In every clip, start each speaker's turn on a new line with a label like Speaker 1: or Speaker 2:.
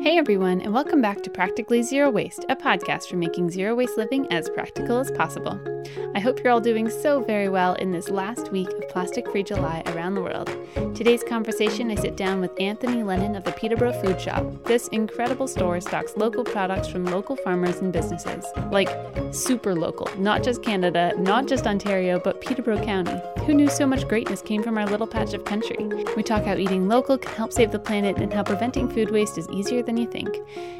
Speaker 1: Hey everyone, and welcome back to Practically Zero Waste, a podcast for making zero waste living as practical as possible. I hope you're all doing so very well in this last week of Plastic Free July around the world. Today's conversation, I sit down with Anthony Lennon of the Peterborough Food Shop. This incredible store stocks local products from local farmers and businesses, like super local, not just Canada, not just Ontario, but Peterborough County. Who knew so much greatness came from our little patch of country? We talk how eating local can help save the planet and how preventing food waste is easier than you think.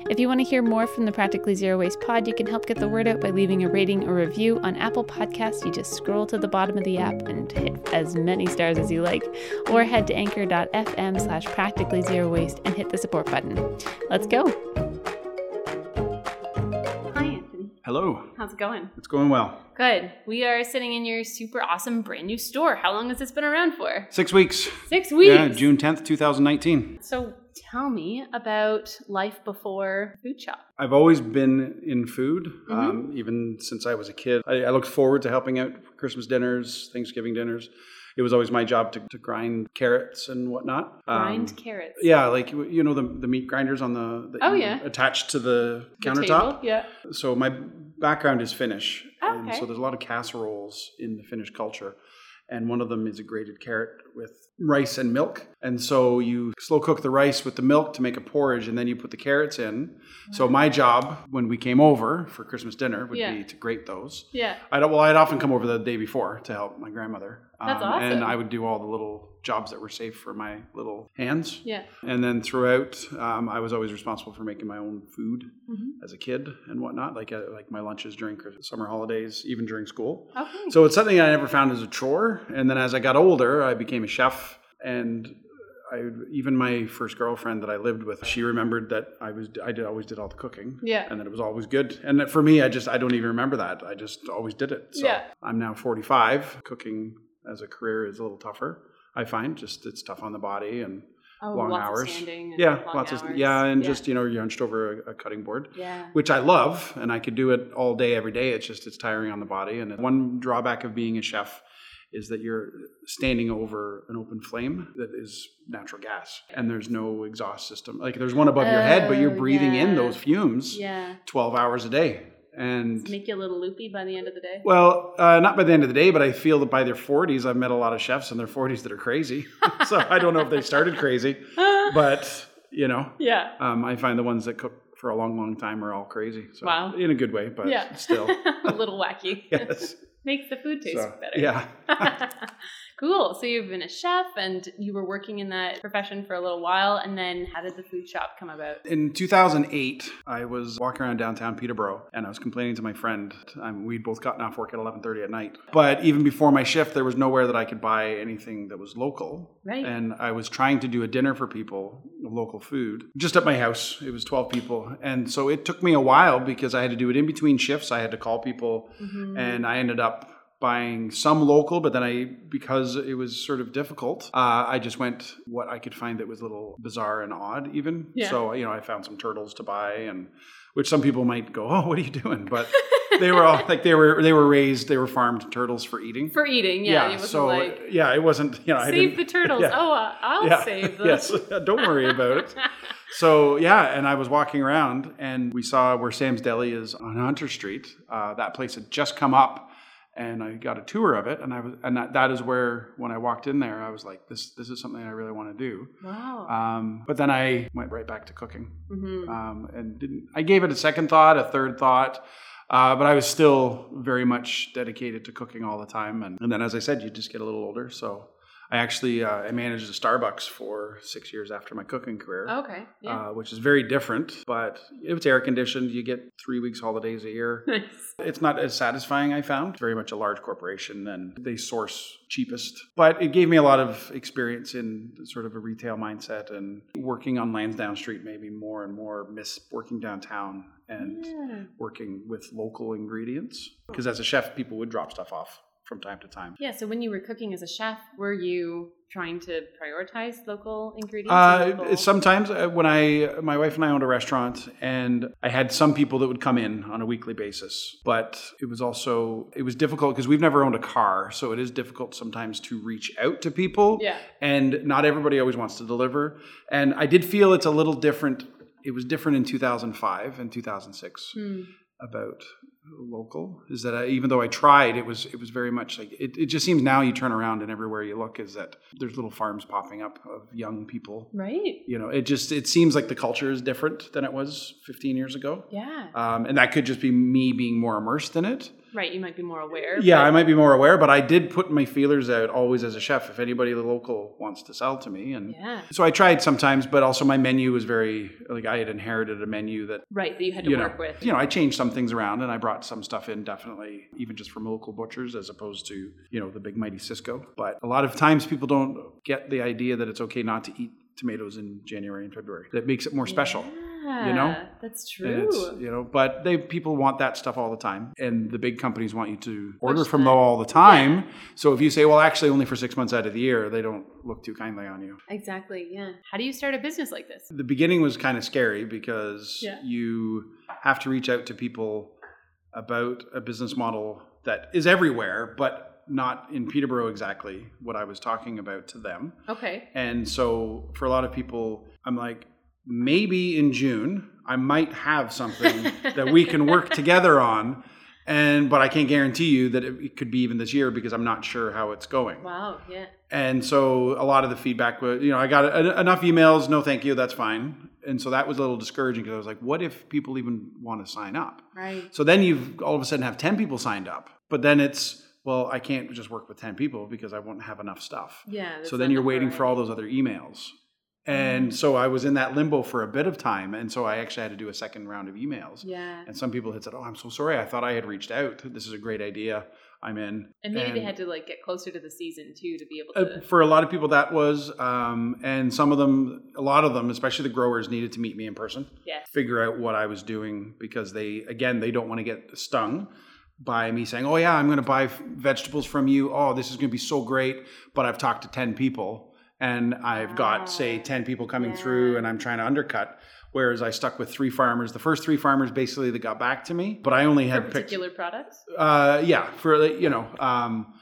Speaker 1: If you want to hear more from the Practically Zero Waste Pod, you can help get the word out by leaving a rating or review on Apple Podcasts. You just scroll to the bottom of the app and hit as many stars as you like, or head to anchor.fm slash practically zero waste and hit the support button. Let's go. Hi, Anthony.
Speaker 2: Hello.
Speaker 1: How's it going?
Speaker 2: It's going well.
Speaker 1: Good. We are sitting in your super awesome brand new store. How long has this been around for?
Speaker 2: Six weeks.
Speaker 1: Six weeks.
Speaker 2: Yeah, June 10th, 2019.
Speaker 1: So tell me about life before food shop.
Speaker 2: I've always been in food,
Speaker 1: Mm-hmm.
Speaker 2: um, even since I was a kid. I, I looked forward to helping out for Christmas dinners, Thanksgiving dinners. It was always my job to, to grind carrots and whatnot. Um,
Speaker 1: Grind carrots.
Speaker 2: Yeah, like you know the the meat grinders on the, the
Speaker 1: Oh, yeah.
Speaker 2: attached to the
Speaker 1: The
Speaker 2: countertop.
Speaker 1: table? Yeah.
Speaker 2: So my background is Finnish,
Speaker 1: Oh,
Speaker 2: and
Speaker 1: Okay.
Speaker 2: so there's a lot of casseroles in the Finnish culture, and one of them is a grated carrot with rice and milk. And so you slow cook the rice with the milk to make a porridge, and then you put the carrots in. So my job when we came over for Christmas dinner would
Speaker 1: Yeah.
Speaker 2: be to grate those.
Speaker 1: Yeah.
Speaker 2: I don't, well, I'd often come over the day before to help my grandmother. um,
Speaker 1: That's awesome.
Speaker 2: And I would do all the little jobs that were safe for my little hands.
Speaker 1: Yeah.
Speaker 2: And then throughout, um, I was always responsible for making my own food
Speaker 1: Mhm.
Speaker 2: as a kid and whatnot, like uh, like my lunches during Christmas, summer holidays, even during school.
Speaker 1: Okay.
Speaker 2: So it's something I never found as a chore. And then as I got older, I became a chef, and I even my first girlfriend that I lived with, she remembered that I was I did always did all the cooking.
Speaker 1: Yeah.
Speaker 2: And that it was always good. And that for me, I just I don't even remember that. I just always did it. So
Speaker 1: Yeah.
Speaker 2: I'm now 45. Cooking as a career is a little tougher. I find just it's tough on the body and
Speaker 1: Oh,
Speaker 2: long
Speaker 1: lots of
Speaker 2: hours.
Speaker 1: standing and
Speaker 2: yeah,
Speaker 1: long
Speaker 2: lots of
Speaker 1: hours.
Speaker 2: yeah, and just you know you're hunched over a, a cutting board,
Speaker 1: yeah.
Speaker 2: which I love, and I could do it all day every day. It's just it's tiring on the body, and one drawback of being a chef is that you're standing over an open flame that is natural gas, and there's no exhaust system. Like there's one above your head, but
Speaker 1: Oh,
Speaker 2: you're breathing
Speaker 1: yeah.
Speaker 2: in those fumes
Speaker 1: Yeah.
Speaker 2: 12 hours a day, and
Speaker 1: Make you a little loopy by the end of the day.
Speaker 2: well, uh, not by the end of the day, but I feel that by their 40s, I've met a lot of chefs in their 40s that are crazy. so I don't know if they started crazy, but you know,
Speaker 1: yeah.
Speaker 2: um, I find the ones that cook for a long, long time are all crazy. So
Speaker 1: Wow.
Speaker 2: in a good way, but
Speaker 1: yeah.
Speaker 2: still,
Speaker 1: a little wacky.
Speaker 2: yes.
Speaker 1: Makes the food taste
Speaker 2: So,
Speaker 1: better.
Speaker 2: yeah,
Speaker 1: cool. So you've been a chef and you were working in that profession for a little while and then how did the food shop come about?
Speaker 2: in 2008, I was walking around downtown Peterborough, and I was complaining to my friend. Um, we'd both gotten off work at 11:30 at night, but even before my shift, there was nowhere that I could buy anything that was local.
Speaker 1: Right.
Speaker 2: and I was trying to do a dinner for people, local food, just at my house. It was 12 people. And so it took me a while because I had to do it in between shifts. I had to call people
Speaker 1: Mhm.
Speaker 2: and I ended up buying some local, but then I, because it was sort of difficult, uh, I just went what I could find that was a little bizarre and odd, even.
Speaker 1: Yeah.
Speaker 2: So, you know, I found some turtles to buy and which some people might go, oh, what are you doing? But they were all like, they were, they were raised, they were farmed turtles for eating.
Speaker 1: for eating, yeah. it wasn't
Speaker 2: so
Speaker 1: like
Speaker 2: yeah, it wasn't. You know, I
Speaker 1: save
Speaker 2: didn't-
Speaker 1: the turtles.
Speaker 2: yeah.
Speaker 1: Oh, uh, I'll
Speaker 2: yeah.
Speaker 1: save them.
Speaker 2: yes, don't worry about it. So yeah, and I was walking around and we saw where Sam's Deli is on Hunter Street. Uh, that place had just come up, and I got a tour of it. And I was, and that, that is where when I walked in there, I was like, this this is something I really want to do.
Speaker 1: wow.
Speaker 2: Um, but then I went right back to cooking
Speaker 1: Mhm.
Speaker 2: um, and didn't. I gave it a second thought, a third thought. Uh, but I was still very much dedicated to cooking all the time, and, and then as I said, you just get a little older. So I actually uh, I managed a Starbucks for six years after my cooking career,
Speaker 3: Oh,
Speaker 1: Okay. Yeah.
Speaker 2: uh, which is very different. But it's air conditioned. You get three weeks holidays a year.
Speaker 1: nice.
Speaker 2: It's not as satisfying, I found. Very much a large corporation and they source cheapest. But it gave me a lot of experience in sort of a retail mindset and working on Lansdowne Street, maybe more and more, miss working downtown and
Speaker 1: Yeah.
Speaker 2: working with local ingredients. Because as a chef, people would drop stuff off from time to time.
Speaker 1: Yeah, so when you were cooking as a chef, were you trying to prioritize local ingredients? and
Speaker 2: Uh,
Speaker 1: local-
Speaker 2: sometimes uh, when I, my wife and I owned a restaurant, and I had some people that would come in on a weekly basis, but it was also it was difficult because we've never owned a car, so it is difficult sometimes to reach out to people,
Speaker 1: yeah.
Speaker 2: and not everybody always wants to deliver. And I did feel it's a little different It was different in 2005 and 2006
Speaker 3: Hmm.
Speaker 2: about local is that I, even though I tried, it was it was very much like it, it just seems now you turn around and everywhere you look is that there's little farms popping up of young people.
Speaker 3: Right.
Speaker 2: You know, it just it seems like the culture is different than it was 15 years ago.
Speaker 3: Yeah.
Speaker 2: Um, and that could just be me being more immersed in it.
Speaker 3: Right. You might be more aware.
Speaker 2: Yeah,
Speaker 3: but-
Speaker 2: I might be more aware, but I did put my feelers out always as a chef if anybody local wants to sell to me. And
Speaker 3: Yeah.
Speaker 2: so I tried sometimes, but also my menu was very like I had inherited a menu that
Speaker 3: Right. That you had to
Speaker 2: you know,
Speaker 3: work with.
Speaker 2: you know, I changed some things around and I brought some stuff in definitely, even just from local butchers as opposed to, you know, the big mighty Cisco. But a lot of times people don't get the idea that it's okay not to eat tomatoes in January and February. That makes it more special.
Speaker 3: You
Speaker 2: know?
Speaker 3: That's
Speaker 2: And it's,
Speaker 3: true.
Speaker 2: you know, but they people want that stuff all the time, and the big companies want you to order from
Speaker 3: that.
Speaker 2: them all the time. So if you say, "Well, actually, only for six months out of the year," they don't look too kindly on you.
Speaker 3: Exactly. Yeah. How do you start a business like this?
Speaker 2: The beginning was kind of scary because
Speaker 3: Yeah.
Speaker 2: you have to reach out to people about a business model that is everywhere, but not in Peterborough exactly what I was talking about to them.
Speaker 3: Okay.
Speaker 2: And so for a lot of people, I'm like, maybe in June I might have something that we can work together on. And but I can't guarantee you that it, it could be even this year because I'm not sure how it's going.
Speaker 3: Wow. Yeah.
Speaker 2: And so a lot of the feedback was, you know, I got en- enough emails, no thank you, that's fine. And so that was a little discouraging because I was like, what if people even want to sign up?
Speaker 3: Right.
Speaker 2: So then you've all of a sudden have 10 people signed up, but then it's, well, I can't just work with 10 people because I won't have enough stuff
Speaker 3: Yeah. that's
Speaker 2: so then
Speaker 3: not
Speaker 2: you're
Speaker 3: number,
Speaker 2: waiting
Speaker 3: right?
Speaker 2: for all those other emails and
Speaker 3: Mm.
Speaker 2: so i was in that limbo for a bit of time and so i actually had to do a second round of emails
Speaker 3: Yeah.
Speaker 2: and some people had said oh i'm so sorry i thought i had reached out this is a great idea i'm in
Speaker 3: And maybe they had to like get closer to the season too to be able
Speaker 2: uh,
Speaker 3: to.
Speaker 2: for a lot of people that was um, and some of them a lot of them especially the growers needed to meet me in person
Speaker 3: Yes.
Speaker 2: figure out what i was doing because they again they don't want to get stung by me saying oh yeah i'm going to buy f- vegetables from you oh this is going to be so great but i've talked to 10 people and i've
Speaker 3: Ah,
Speaker 2: got say 10 people coming
Speaker 3: yeah.
Speaker 2: through and i'm trying to undercut whereas i stuck with three farmers the first three farmers basically that got back to me but i only
Speaker 3: For
Speaker 2: had picked
Speaker 3: particular products.
Speaker 2: uh, yeah, for like, you know, um,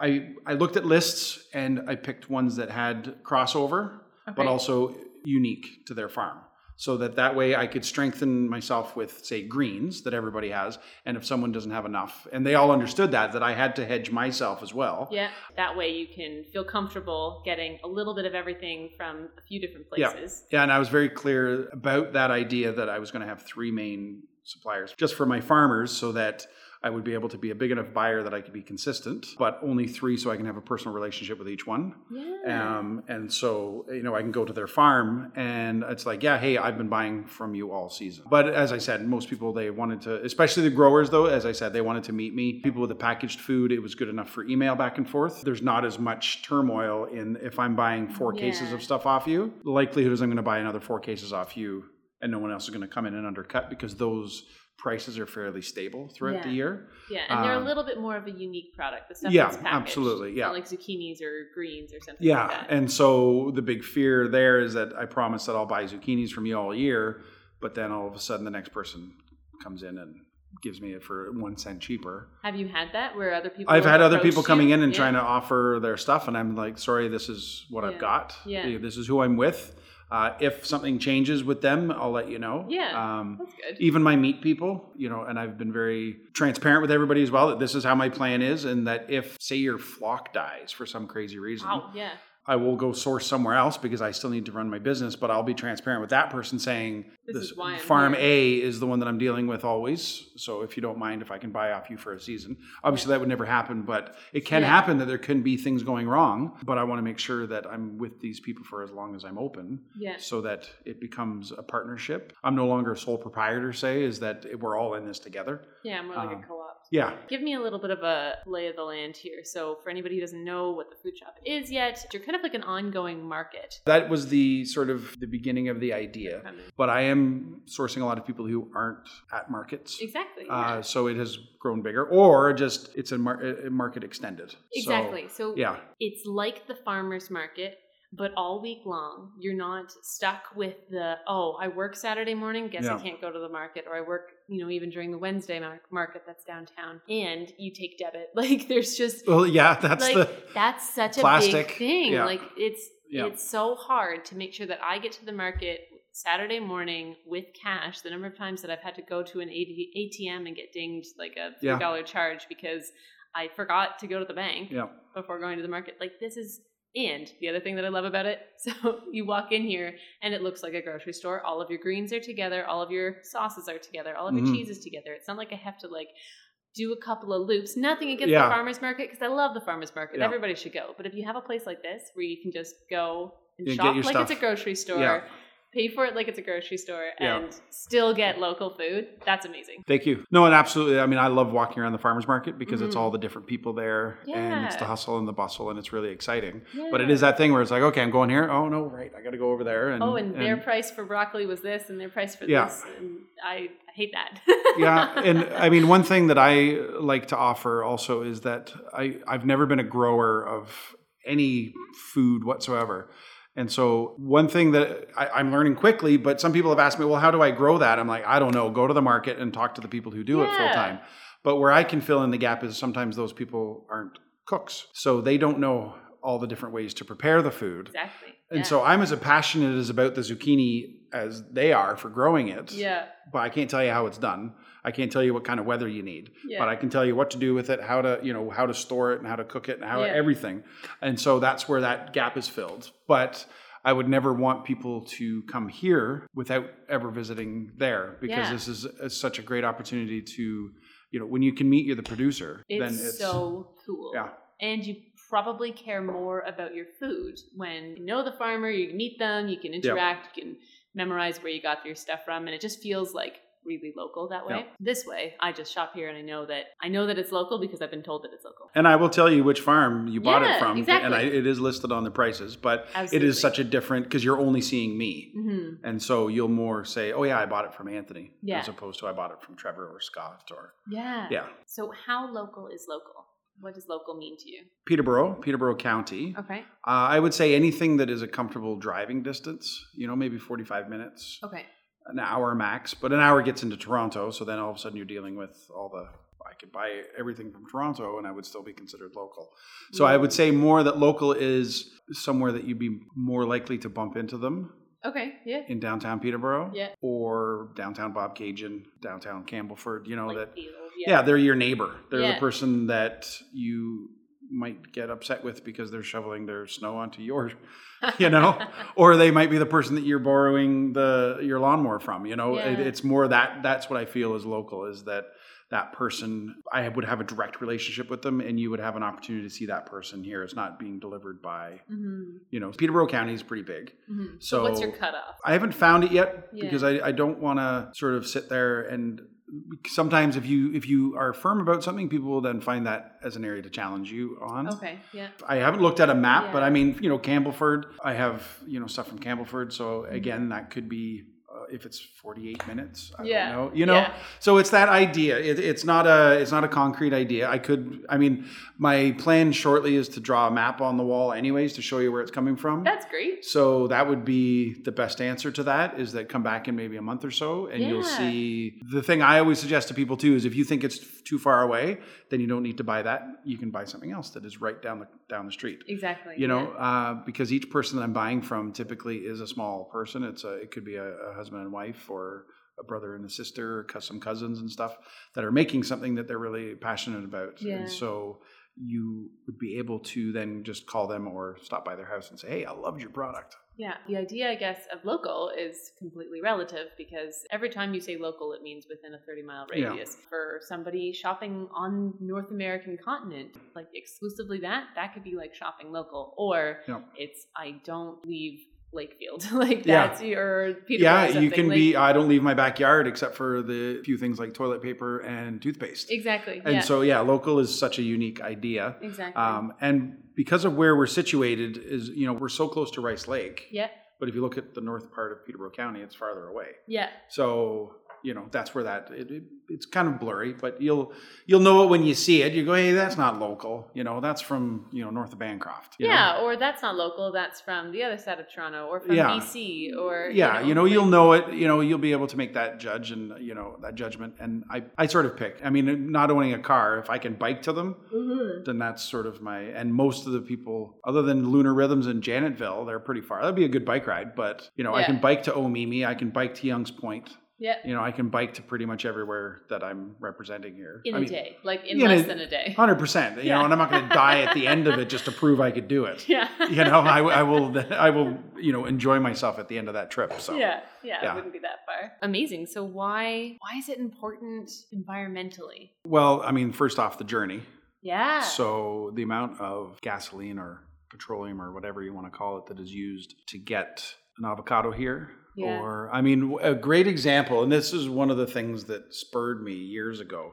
Speaker 2: I I looked at lists and I picked ones that had crossover, but
Speaker 3: Okay.
Speaker 2: also unique to their farm, so that that way I could strengthen myself with say greens that everybody has, and if someone doesn't have enough, and they all understood that that I had to hedge myself as well.
Speaker 3: Yeah. That way you can feel comfortable getting a little bit of everything from a few different
Speaker 2: Yeah.
Speaker 3: places.
Speaker 2: Yeah, and I was very clear about that idea that I was going to have three main suppliers just for my farmers so that I would be able to be a big enough buyer that I could be consistent, but only three so I can have a personal relationship with each one.
Speaker 3: Yeah.
Speaker 2: Um, and so, you know, I can go to their farm and it's like, yeah, hey, I've been buying from you all season. But as I said, most people, they wanted to, especially the growers, though, as I said, they wanted to meet me. People with the packaged food, it was good enough for email back and forth. There's not as much turmoil in if I'm buying four cases
Speaker 3: Yeah.
Speaker 2: of stuff off you, the likelihood is I'm going to buy another four cases off you and no one else is going to come in and undercut because those prices are fairly stable throughout the
Speaker 3: Yeah.
Speaker 2: year.
Speaker 3: yeah. And they're a
Speaker 2: um,
Speaker 3: little bit more of a unique product. The stuff
Speaker 2: Yeah,
Speaker 3: that's packaged.
Speaker 2: absolutely,
Speaker 3: It's
Speaker 2: yeah.
Speaker 3: Not like zucchinis or greens or something
Speaker 2: Yeah,
Speaker 3: like that.
Speaker 2: and so the big fear there is that I promise that I'll buy zucchinis from you all year, but then all of a sudden the next person comes in and gives me it for one cent cheaper.
Speaker 3: Have you had that where other people?
Speaker 2: I've
Speaker 3: have
Speaker 2: had other
Speaker 3: approached
Speaker 2: people coming
Speaker 3: you?
Speaker 2: in and
Speaker 3: Yeah.
Speaker 2: trying to offer their stuff, and I'm like, sorry, this is what
Speaker 3: Yeah.
Speaker 2: I've got.
Speaker 3: Yeah.
Speaker 2: This is who I'm with. Uh, if something changes with them, I'll let you know.
Speaker 3: Yeah.
Speaker 2: Um,
Speaker 3: That's good.
Speaker 2: even my meat people, you know, and I've been very transparent with everybody as well that this is how my plan is, and that if, say, your flock dies for some crazy reason,
Speaker 3: Wow. Oh, Yeah.
Speaker 2: I will go source somewhere else because I still need to run my business, but I'll be transparent with that person saying
Speaker 3: This is why I'm
Speaker 2: farm
Speaker 3: here."
Speaker 2: A is the one that I'm dealing with always. So if you don't mind if I can buy off you for a season. Obviously that would never happen, but it can
Speaker 3: Yeah.
Speaker 2: happen that there can be things going wrong, but I want to make sure that I'm with these people for as long as I'm open
Speaker 3: Yeah.
Speaker 2: so that it becomes a partnership. I'm no longer a sole proprietor say is that we're all in this together.
Speaker 3: Yeah. More like
Speaker 2: um,
Speaker 3: a co-op.
Speaker 2: Yeah.
Speaker 3: Give me a little bit of a lay of the land here. So, for anybody who doesn't know what the food shop is yet, you're kind of like an ongoing market.
Speaker 2: That was the sort of the beginning of the idea. But I am sourcing a lot of people who aren't at markets.
Speaker 3: Exactly. yeah.
Speaker 2: Uh, so it has grown bigger, or just it's a, mar- a market extended. So,
Speaker 3: exactly. So,
Speaker 2: yeah,
Speaker 3: it's like the farmer's market, but all week long, you're not stuck with the, oh, I work Saturday morning, guess I
Speaker 2: Yeah.
Speaker 3: can't go to the market, or I work, you know, even during the Wednesday mar- market that's downtown, and you take debit. Like, there's just,
Speaker 2: well, yeah, that's
Speaker 3: like,
Speaker 2: the
Speaker 3: that's such a big
Speaker 2: plastic,
Speaker 3: thing.
Speaker 2: yeah.
Speaker 3: Like, it's,
Speaker 2: yeah,
Speaker 3: it's so hard to make sure that I get to the market Saturday morning with cash. The number of times that I've had to go to an ATM and get dinged like a
Speaker 2: Yeah.
Speaker 3: three dollar charge because I forgot to go to the bank
Speaker 2: Yeah.
Speaker 3: before going to the market. Like this is and the other thing that I love about it, so you walk in here and it looks like a grocery store. All of your greens are together, all of your sauces are together, all of your
Speaker 2: Mhm.
Speaker 3: cheeses together. It's not like I have to like do a couple of loops. Nothing against
Speaker 2: Yeah.
Speaker 3: the farmers market because I love the farmers market.
Speaker 2: Yeah.
Speaker 3: Everybody should go. But if you have a place like this where you can just go and
Speaker 2: You get
Speaker 3: shop
Speaker 2: your
Speaker 3: like it's
Speaker 2: stuff.
Speaker 3: a grocery store,
Speaker 2: Yeah.
Speaker 3: pay for it like it's a grocery store,
Speaker 2: Yeah.
Speaker 3: and still get local food, that's amazing.
Speaker 2: Thank you. No, and absolutely. I mean, I love walking around the farmers market because it's
Speaker 3: Mhm.
Speaker 2: all the different people there and it's the
Speaker 3: Yeah.
Speaker 2: hustle and the bustle and it's really exciting. But it is that thing where it's like, okay, I'm going here. Oh, no, right. I got to go over there. Mm, And,
Speaker 3: oh, and, their price for broccoli was this, and their price for
Speaker 2: Yeah.
Speaker 3: this, and I hate that.
Speaker 2: yeah. And I mean, one thing that I like to offer also is that I, I've never been a grower of any food whatsoever. And so, one thing that I, I'm learning quickly, but some people have asked me, well, how do I grow that? I'm like, I don't know. Go to the market and talk to the people who do it full
Speaker 3: Yeah.
Speaker 2: time. But where I can fill in the gap is sometimes those people aren't cooks. So, they don't know all the different ways to prepare the food.
Speaker 3: exactly.
Speaker 2: And
Speaker 3: yeah.
Speaker 2: so, I'm as passionate as about the zucchini as they are for growing it
Speaker 3: yeah,
Speaker 2: but I can't tell you how it's done. I can't tell you what kind of weather you need,
Speaker 3: yeah,
Speaker 2: but I can tell you what to do with it, how to, you know, how to store it and how to cook it and how
Speaker 3: Yeah.
Speaker 2: everything. And so that's where that gap is filled. But I would never want people to come here without ever visiting there because
Speaker 3: Yeah.
Speaker 2: this is, is such a great opportunity to, you know, when you can meet you the producer, then
Speaker 3: it's,
Speaker 2: it's
Speaker 3: so cool.
Speaker 2: yeah.
Speaker 3: and you probably care more about your food when you know the farmer. You meet them, you can interact, you can memorize where you got your stuff from, and it just feels like really local that way.
Speaker 2: Yeah.
Speaker 3: This way, I just shop here, and I know that I know that it's local because I've been told that it's local.
Speaker 2: And I will tell you which farm you bought it
Speaker 3: Yeah,
Speaker 2: from, and
Speaker 3: exactly.
Speaker 2: I, it is listed on the prices. But
Speaker 3: Absolutely.
Speaker 2: it is such a different because you're only seeing me.
Speaker 3: hmm
Speaker 2: And so you'll more say, oh, yeah, I bought it from Anthony,
Speaker 3: Yeah.
Speaker 2: as opposed to I bought it from Trevor or Scott or,
Speaker 3: Yeah.
Speaker 2: yeah.
Speaker 3: So, how local is local? What does local mean to you?
Speaker 2: Peterborough, Peterborough County. Uh,
Speaker 3: Okay.
Speaker 2: I would say anything that is a comfortable driving distance, you know, maybe 45 minutes,
Speaker 3: Okay.
Speaker 2: an hour max, but an hour gets into Toronto. So then all of a sudden you're dealing with all the, I could buy everything from Toronto and I would still be considered local. So I would say more that local is somewhere that you'd be more likely to bump into them
Speaker 3: Okay. Yeah.
Speaker 2: in downtown Peterborough
Speaker 3: Yeah.
Speaker 2: or downtown Bob Cajun, downtown Campbellford, you know,
Speaker 3: Like
Speaker 2: that
Speaker 3: field,
Speaker 2: yeah, they're your neighbor. They're the
Speaker 3: Yeah.
Speaker 2: person that you might get upset with because they're shoveling their snow onto your, you know, or they might be the person that you're borrowing the your lawnmower from. You know, it,
Speaker 3: Yeah.
Speaker 2: it's more that that's what I feel is local is that that person I would have a direct relationship with them, and you would have an opportunity to see that person here. It's not being delivered by
Speaker 3: hmm
Speaker 2: you know Peterborough County is pretty big,
Speaker 3: hmm
Speaker 2: so
Speaker 3: What's your cutoff?
Speaker 2: I haven't found it yet
Speaker 3: Yeah.
Speaker 2: because I, I don't want to sort of sit there and sometimes if you if you are firm about something, people will then find that as an area to challenge you on.
Speaker 3: Okay. Yeah.
Speaker 2: I haven't looked at a map, but
Speaker 3: Yeah.
Speaker 2: I mean, you know, Campbellford. I have you know stuff from Campbellford, so
Speaker 3: Mm-hmm.
Speaker 2: again, that could be uh, if it's forty-eight minutes. I
Speaker 3: Yeah.
Speaker 2: don't know. You know,
Speaker 3: Yeah.
Speaker 2: so it's that idea. It, it's not a it's not a concrete idea. I could. I mean, my plan shortly is to draw a map on the wall, anyways, to show you where it's coming from.
Speaker 3: That's great.
Speaker 2: So that would be the best answer to that is that come back in maybe a month or so and you'll
Speaker 3: Yeah.
Speaker 2: see the thing I always suggest to people too is if you think it's too far away, then you don't need to buy that. You can buy something else that is right down the down the street.
Speaker 3: Exactly.
Speaker 2: You know, uh, because each person that I'm buying from typically is a small person. It's a, it could be a, a husband and wife or a brother and a sister, or cous- some cousins and stuff that are making something that they're really passionate about.
Speaker 3: Yeah.
Speaker 2: And so you would be able to then just call them or stop by their house and say, "Hey, I loved your product."
Speaker 3: Yeah. The idea, I guess, of local is completely relative because every time you say local, it means within a 30 mile
Speaker 2: Yeah.
Speaker 3: radius. For somebody shopping on North American continent, like exclusively that, that could be like shopping local. Or
Speaker 2: Yeah.
Speaker 3: it's, I don't leave Lakefield. like
Speaker 2: Yeah.
Speaker 3: that's your Peter
Speaker 2: yeah, you can be. I don't leave my backyard except for the few things like toilet paper and toothpaste.
Speaker 3: Exactly.
Speaker 2: And
Speaker 3: yeah.
Speaker 2: so, yeah, local is such a unique idea.
Speaker 3: exactly.
Speaker 2: Um, and because of where we're situated, is you know we're so close to Rice Lake.
Speaker 3: yeah.
Speaker 2: But if you look at the north part of Peterborough County, it's farther away.
Speaker 3: Yeah.
Speaker 2: So you know that's where that it, it- it's kind of blurry, but you'll you'll know it when you see it. You go, hey, that's not local. You know, that's from you know north of Bancroft. you know?
Speaker 3: yeah, or that's not local. That's from the other side of Toronto, or from
Speaker 2: Yeah.
Speaker 3: BC, or
Speaker 2: yeah you know you'll know it you know you'll be able to make that judge and you know that judgment and i i sort of pick i mean not owning a car if i can bike to them
Speaker 3: Mhm.
Speaker 2: then that's sort of my and most of the people other than lunar rhythms and janetville they're pretty far that'd be a good bike ride but you know i
Speaker 3: Yeah.
Speaker 2: can bike to omimi i can bike to young's point
Speaker 3: Yeah,
Speaker 2: you know i can bike to pretty much everywhere that i'm representing here
Speaker 3: in
Speaker 2: I
Speaker 3: a
Speaker 2: mean,
Speaker 3: day, like in
Speaker 2: yeah, in
Speaker 3: less
Speaker 2: a-
Speaker 3: than a day.
Speaker 2: 100% you
Speaker 3: Yeah.
Speaker 2: know and i'm not going to die at the end of it just to prove i could do it
Speaker 3: Yeah,
Speaker 2: you know I, I will i will you know enjoy myself at the end of that trip so
Speaker 3: Yeah, yeah, it
Speaker 2: yeah.
Speaker 3: wouldn't be that far. Amazing. So why why is it important environmentally?
Speaker 2: Well, I mean, first off, the journey.
Speaker 3: Yeah.
Speaker 2: So the amount of gasoline or petroleum or whatever you want to call it that is used to get an avocado here.
Speaker 3: Yeah.
Speaker 2: Or, I mean, a great example, and this is one of the things that spurred me years ago,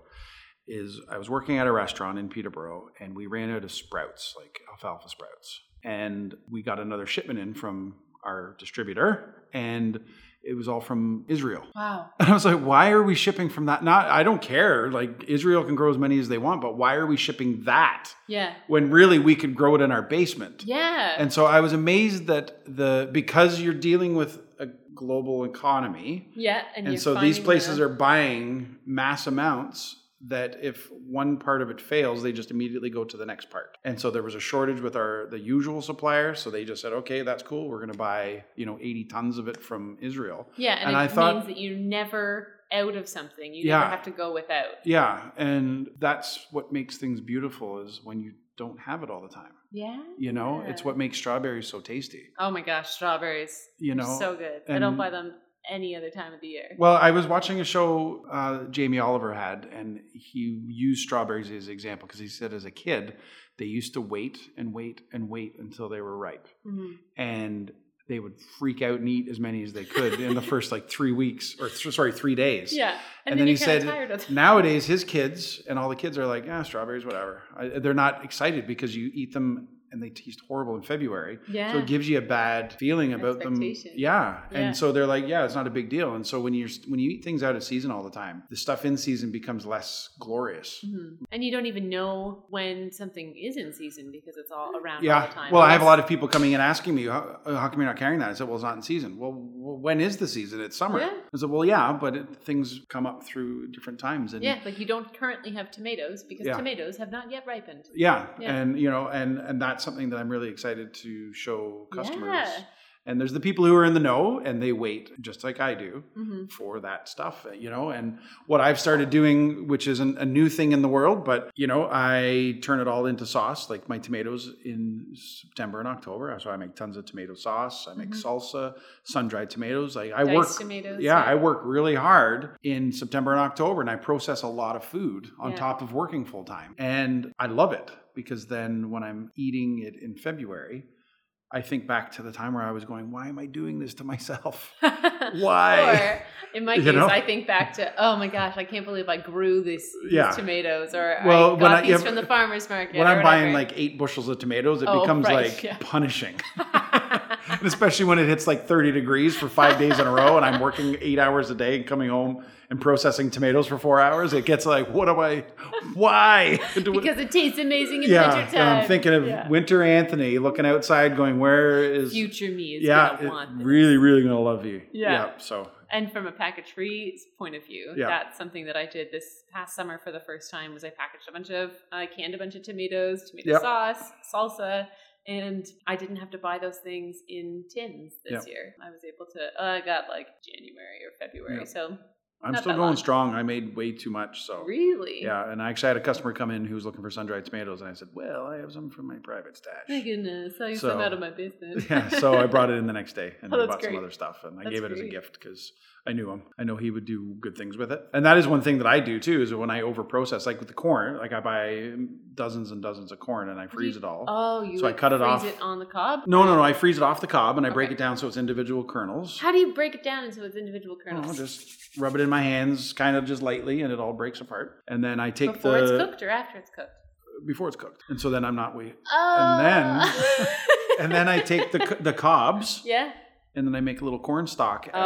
Speaker 2: is I was working at a restaurant in Peterborough and we ran out of sprouts, like alfalfa sprouts. And we got another shipment in from our distributor, and it was all from Israel.
Speaker 3: wow.
Speaker 2: And I was like, why are we shipping from that? Not, I don't care. Like, Israel can grow as many as they want, but why are we shipping that
Speaker 3: Yeah.
Speaker 2: when really we could grow it in our basement?
Speaker 3: Yeah.
Speaker 2: And so I was amazed that the, because you're dealing with a global economy,
Speaker 3: yeah. And,
Speaker 2: and,
Speaker 3: you're
Speaker 2: so these
Speaker 3: finding
Speaker 2: places
Speaker 3: the-
Speaker 2: are buying mass amounts that if one part of it fails they just immediately go to the next part and so there was a shortage with our the usual suppliers so they just said okay that's cool we're going to buy you know 80 tons of it from israel
Speaker 3: Yeah, and,
Speaker 2: and
Speaker 3: it
Speaker 2: I thought-
Speaker 3: means that you're never out of something. You
Speaker 2: Yeah.
Speaker 3: never have to go without.
Speaker 2: Yeah, and that's what makes things beautiful is when you don't have it all the time.
Speaker 3: Yeah.
Speaker 2: You know, it's what makes strawberries so tasty.
Speaker 3: Oh my gosh, strawberries.
Speaker 2: You
Speaker 3: They're
Speaker 2: know,
Speaker 3: so good. I don't
Speaker 2: and-
Speaker 3: buy them any other time of the year.
Speaker 2: well, I was watching a show uh, Jamie Oliver had, and he used strawberries as an example because he said as a kid they used to wait and wait and wait until they were ripe,
Speaker 3: Mhm.
Speaker 2: and they would freak out and eat as many as they could in the first like three weeks or th- sorry three days.
Speaker 3: Yeah.
Speaker 2: And then
Speaker 3: you're
Speaker 2: he
Speaker 3: kinda
Speaker 2: said,
Speaker 3: tired of them.
Speaker 2: Nowadays, his kids and all the kids are like, ah, strawberries, whatever. I, they're not excited because you eat them and they taste horrible in February.
Speaker 3: Yeah.
Speaker 2: So it gives you a bad feeling about them.
Speaker 3: Expectation.
Speaker 2: Yeah.
Speaker 3: Yeah.
Speaker 2: And so they're like, yeah, it's not a big deal. And so when you're when you eat things out of season all the time, the stuff in season becomes less glorious.
Speaker 3: Mhm. And you don't even know when something is in season because it's all around all
Speaker 2: Yeah.
Speaker 3: the time.
Speaker 2: Well, I have a lot of people coming in asking me, how, uh, how come you're not carrying that? I said, well, it's not in season. Well, w- when is the season? It's summer.
Speaker 3: Yeah.
Speaker 2: I said, well, yeah, but it, things come up through different times. And
Speaker 3: Yeah, like you don't currently have tomatoes because
Speaker 2: Yeah.
Speaker 3: tomatoes have not yet ripened.
Speaker 2: yeah,
Speaker 3: Yeah.
Speaker 2: and you know and and that's something that i'm really excited to show customers
Speaker 3: Yeah.
Speaker 2: and there's the people who are in the know and they wait just like i do
Speaker 3: hmm
Speaker 2: for that stuff uh, you know and what i've started doing which isn't a new thing in the world but you know i turn it all into sauce like my tomatoes in september and october so i make tons of tomato sauce i make
Speaker 3: Mhm.
Speaker 2: salsa sun-dried tomatoes like i
Speaker 3: Diced
Speaker 2: work
Speaker 3: tomatoes.
Speaker 2: yeah, I work really hard in September and October, and I process a lot of food on
Speaker 3: Yeah.
Speaker 2: top of working full time. And I love it because then when I'm eating it in February, I think back to the time where I was going, Why am I doing this to myself? Why?
Speaker 3: or in my
Speaker 2: You
Speaker 3: case,
Speaker 2: know?
Speaker 3: I think back to oh my gosh, I can't believe I grew these, these
Speaker 2: Yeah.
Speaker 3: tomatoes, or
Speaker 2: Well,
Speaker 3: I
Speaker 2: when
Speaker 3: got
Speaker 2: I-
Speaker 3: these
Speaker 2: yeah,
Speaker 3: from the farmers market.
Speaker 2: when
Speaker 3: or
Speaker 2: I'm buying
Speaker 3: whatever.
Speaker 2: like eight bushels of tomatoes, it
Speaker 3: Oh,
Speaker 2: becomes
Speaker 3: right,
Speaker 2: like
Speaker 3: yeah.
Speaker 2: punishing. and especially when it hits like 30 degrees for five days in a row, and I'm working eight hours a day and coming home and processing tomatoes for four hours, it gets like, What am I? Why? do-
Speaker 3: because it tastes amazing in
Speaker 2: yeah,
Speaker 3: wintertime.
Speaker 2: and I'm thinking of
Speaker 3: Yeah.
Speaker 2: Winter Anthony looking outside, going, "Where is
Speaker 3: future me is
Speaker 2: yeah,
Speaker 3: gonna
Speaker 2: it-
Speaker 3: want. this.
Speaker 2: really, really gonna love you."
Speaker 3: Yeah.
Speaker 2: so
Speaker 3: And from a packetry's point of view,
Speaker 2: Yeah.
Speaker 3: that's something that I did this past summer for the first time. Was I packaged a bunch of, I canned a bunch of tomatoes, tomato
Speaker 2: Yep.
Speaker 3: sauce, salsa, and I didn't have to buy those things in tins this
Speaker 2: Yep.
Speaker 3: year. I was able to. Oh, I got like January or February.
Speaker 2: Yep.
Speaker 3: So
Speaker 2: I'm
Speaker 3: Not
Speaker 2: still
Speaker 3: that
Speaker 2: going
Speaker 3: long.
Speaker 2: strong. I made way too much. So
Speaker 3: really,
Speaker 2: yeah, and I actually had a customer come in who was looking for sun-dried tomatoes, and I said, "Well, I have some from my private
Speaker 3: My
Speaker 2: stash."
Speaker 3: goodness, I used
Speaker 2: So-
Speaker 3: some out of my business.
Speaker 2: yeah, so I brought it in the next day and
Speaker 3: Oh,
Speaker 2: I
Speaker 3: that's
Speaker 2: bought some
Speaker 3: great.
Speaker 2: other stuff, and I
Speaker 3: That's
Speaker 2: gave it as a
Speaker 3: great.
Speaker 2: gift because I knew him. I know he would do good things with it, and that is one thing that I do too. Is when I overprocess, like with the corn, like I buy dozens and dozens of corn and I freeze it all.
Speaker 3: Oh, you
Speaker 2: So I
Speaker 3: would
Speaker 2: cut it
Speaker 3: freeze
Speaker 2: off.
Speaker 3: it on the cob.
Speaker 2: No, no, no. I freeze it off the cob and I break
Speaker 3: Okay.
Speaker 2: it down so it's individual kernels.
Speaker 3: How do you break it down into its individual
Speaker 2: I don't know,
Speaker 3: kernels?
Speaker 2: just rub it in my hands, kind of just lightly, and it all breaks apart. And then I take
Speaker 3: before
Speaker 2: the
Speaker 3: it's cooked or after it's cooked.
Speaker 2: before it's cooked, and so then I'm not wait.
Speaker 3: Oh.
Speaker 2: then- And then I take the c- the cobs
Speaker 3: yeah.
Speaker 2: and then I make a little corn stock out
Speaker 3: oh,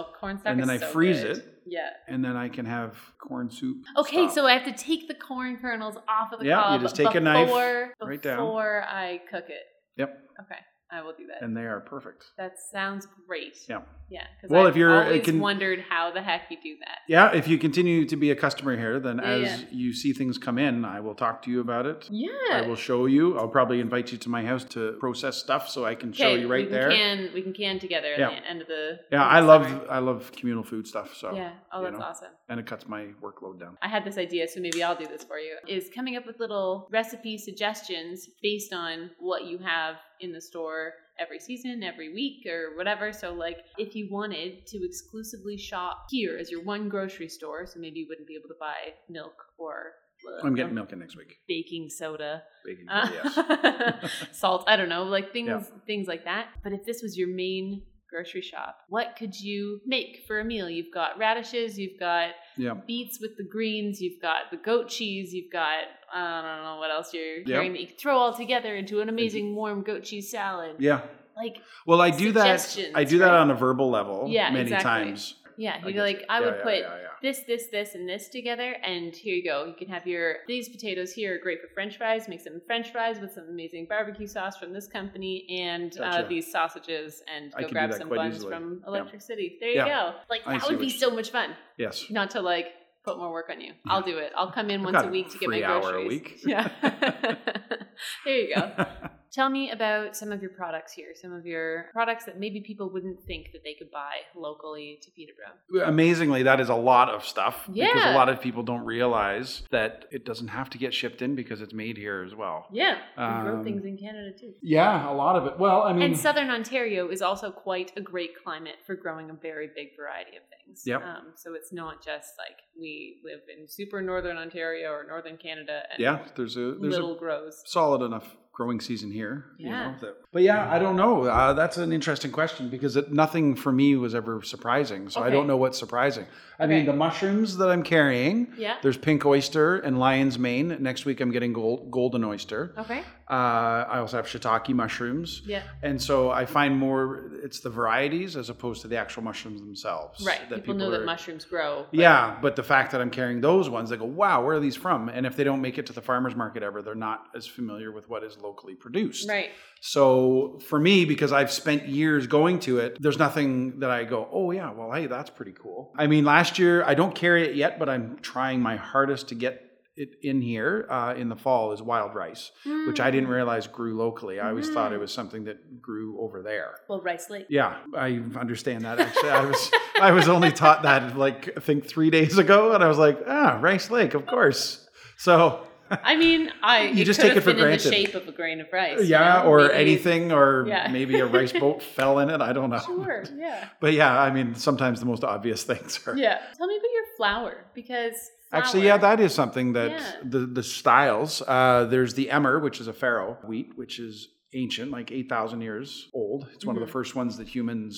Speaker 2: of it,
Speaker 3: corn stock.
Speaker 2: and then
Speaker 3: is
Speaker 2: I
Speaker 3: so
Speaker 2: freeze
Speaker 3: good.
Speaker 2: it.
Speaker 3: Yeah.
Speaker 2: and then I can have corn soup.
Speaker 3: Okay,
Speaker 2: style.
Speaker 3: so I have to take the corn kernels off of the
Speaker 2: Yeah, you
Speaker 3: cob.
Speaker 2: just take a
Speaker 3: before,
Speaker 2: knife right down.
Speaker 3: before I cook it.
Speaker 2: Yep.
Speaker 3: Okay, I will do that.
Speaker 2: and they are perfect.
Speaker 3: that sounds great.
Speaker 2: Yeah.
Speaker 3: Yeah. Because
Speaker 2: Well,
Speaker 3: I've
Speaker 2: if you're- it
Speaker 3: always
Speaker 2: can-
Speaker 3: wondered how the heck you do that.
Speaker 2: Yeah, if you continue to be a customer here, then
Speaker 3: Yeah,
Speaker 2: as you see things come in, I will talk to you about it. I
Speaker 3: Yeah.
Speaker 2: will show you. I'll probably invite you to my house to process stuff so I can show
Speaker 3: Okay,
Speaker 2: you right
Speaker 3: we
Speaker 2: there.
Speaker 3: Can, we can can together at
Speaker 2: Yeah.
Speaker 3: the end of the.
Speaker 2: Yeah,
Speaker 3: of
Speaker 2: I
Speaker 3: the
Speaker 2: love
Speaker 3: summer.
Speaker 2: I love communal food stuff. So
Speaker 3: Yeah. Oh,
Speaker 2: you
Speaker 3: that's
Speaker 2: know.
Speaker 3: awesome.
Speaker 2: and it cuts my workload down.
Speaker 3: I had this idea, so maybe I'll do this for you. Is coming up with little recipe suggestions based on what you have in the store every season, every week, or whatever. So, like, if you wanted to exclusively shop here as your one grocery store, so maybe you wouldn't be able to buy milk or uh,
Speaker 2: I'm getting milk in next week.
Speaker 3: baking soda,
Speaker 2: Baking
Speaker 3: uh,
Speaker 2: soda, yes.
Speaker 3: salt. I don't know, like things,
Speaker 2: Yeah.
Speaker 3: things like that. But if this was your main grocery shop, what could you make for a meal? You've got radishes, you've got
Speaker 2: Yeah.
Speaker 3: beets with the greens. You've got the goat cheese. You've got I don't know what else you're
Speaker 2: Yeah.
Speaker 3: carrying that you can throw all together into an amazing warm goat cheese salad.
Speaker 2: Yeah.
Speaker 3: Like
Speaker 2: Well, I do that.
Speaker 3: Suggestions,
Speaker 2: I do that
Speaker 3: right?
Speaker 2: on a verbal level
Speaker 3: Yeah,
Speaker 2: many
Speaker 3: exactly.
Speaker 2: times.
Speaker 3: yeah,
Speaker 2: I
Speaker 3: you'd be
Speaker 2: get
Speaker 3: like
Speaker 2: you.
Speaker 3: I
Speaker 2: Yeah,
Speaker 3: would
Speaker 2: yeah,
Speaker 3: put
Speaker 2: yeah, yeah.
Speaker 3: this, this, this, and this together, and here you go. You can have your these potatoes here are great for French fries. Make some French fries with some amazing barbecue sauce from this company, and
Speaker 2: Gotcha.
Speaker 3: uh, these sausages, and
Speaker 2: I
Speaker 3: go
Speaker 2: can do
Speaker 3: grab
Speaker 2: that
Speaker 3: some
Speaker 2: quite
Speaker 3: buns
Speaker 2: easily.
Speaker 3: from
Speaker 2: Yeah.
Speaker 3: Electric City. There you
Speaker 2: Yeah.
Speaker 3: go. Like
Speaker 2: I
Speaker 3: that
Speaker 2: see
Speaker 3: would
Speaker 2: what
Speaker 3: be
Speaker 2: you-
Speaker 3: so much fun.
Speaker 2: Yes.
Speaker 3: not to like put more work on you.
Speaker 2: Yeah.
Speaker 3: I'll do it. I'll come in
Speaker 2: I've
Speaker 3: once
Speaker 2: got
Speaker 3: a
Speaker 2: a
Speaker 3: week to get
Speaker 2: free
Speaker 3: my groceries.
Speaker 2: hour a week.
Speaker 3: Yeah. there you go. Tell me about some of your products here. Some of your products that maybe people wouldn't think that they could buy locally to Peterborough.
Speaker 2: Amazingly, that is a lot of stuff because a
Speaker 3: Yeah.
Speaker 2: lot of people don't realize that it doesn't have to get shipped in because it's made here as well.
Speaker 3: Yeah. We grow
Speaker 2: Um,
Speaker 3: things in Canada too.
Speaker 2: Yeah, a lot of it. Well, I mean,
Speaker 3: and southern Ontario is also quite a great climate for growing a very big variety of things.
Speaker 2: Yep.
Speaker 3: Um, so it's not just like we live in super northern Ontario or northern Canada and
Speaker 2: yeah, there's a there's
Speaker 3: little
Speaker 2: a
Speaker 3: grows.
Speaker 2: solid enough growing season here. you
Speaker 3: Yeah.
Speaker 2: know, that- but yeah, I don't know. Uh, that's an interesting question because it, nothing for me was ever surprising, so I
Speaker 3: Okay.
Speaker 2: don't know what's surprising. I mean,
Speaker 3: Okay.
Speaker 2: the mushrooms that I'm carrying.
Speaker 3: Yeah.
Speaker 2: There's pink oyster and lion's mane. Next week, I'm getting gold, golden oyster.
Speaker 3: Okay.
Speaker 2: Uh, I also have shiitake mushrooms.
Speaker 3: Yeah.
Speaker 2: And so I find more it's the varieties as opposed to the actual mushrooms themselves.
Speaker 3: Right. people, know
Speaker 2: are-
Speaker 3: that mushrooms grow. but-
Speaker 2: Yeah, but the fact that I'm carrying those ones, they go, "Wow, where are these from?" And if they don't make it to the farmers market ever, they're not as familiar with what is locally produced.
Speaker 3: Right.
Speaker 2: So for me, because I've spent years going to it, there's nothing that I go, "Oh yeah, well hey, that's pretty cool." I mean, last year I don't carry it yet, but I'm trying my hardest to get it in here uh, in the fall is wild rice, which I didn't realize grew locally. I always thought it was something that grew over there.
Speaker 3: Well, Rice Lake.
Speaker 2: Yeah, I understand that. Actually, I was I was only taught that like I think three days ago, and I was like, ah, Rice Lake, of course. So
Speaker 3: I mean, I
Speaker 2: You
Speaker 3: it
Speaker 2: just
Speaker 3: could
Speaker 2: take
Speaker 3: have
Speaker 2: it for
Speaker 3: been In
Speaker 2: granted.
Speaker 3: the shape of a grain of rice. you
Speaker 2: yeah,
Speaker 3: know?
Speaker 2: or
Speaker 3: Maybe-
Speaker 2: anything, or
Speaker 3: Yeah.
Speaker 2: maybe a rice boat fell in it. I don't know.
Speaker 3: Sure. Yeah.
Speaker 2: But yeah, I mean, sometimes the most obvious things are
Speaker 3: Yeah. Tell me about your flour because
Speaker 2: Actually, yeah,
Speaker 3: flour-
Speaker 2: that is something that
Speaker 3: Yeah.
Speaker 2: the the styles. Uh, there's the emmer, which is a farrow wheat, which is ancient, like eight thousand years old. It's
Speaker 3: Mm-hmm.
Speaker 2: one of the first ones that humans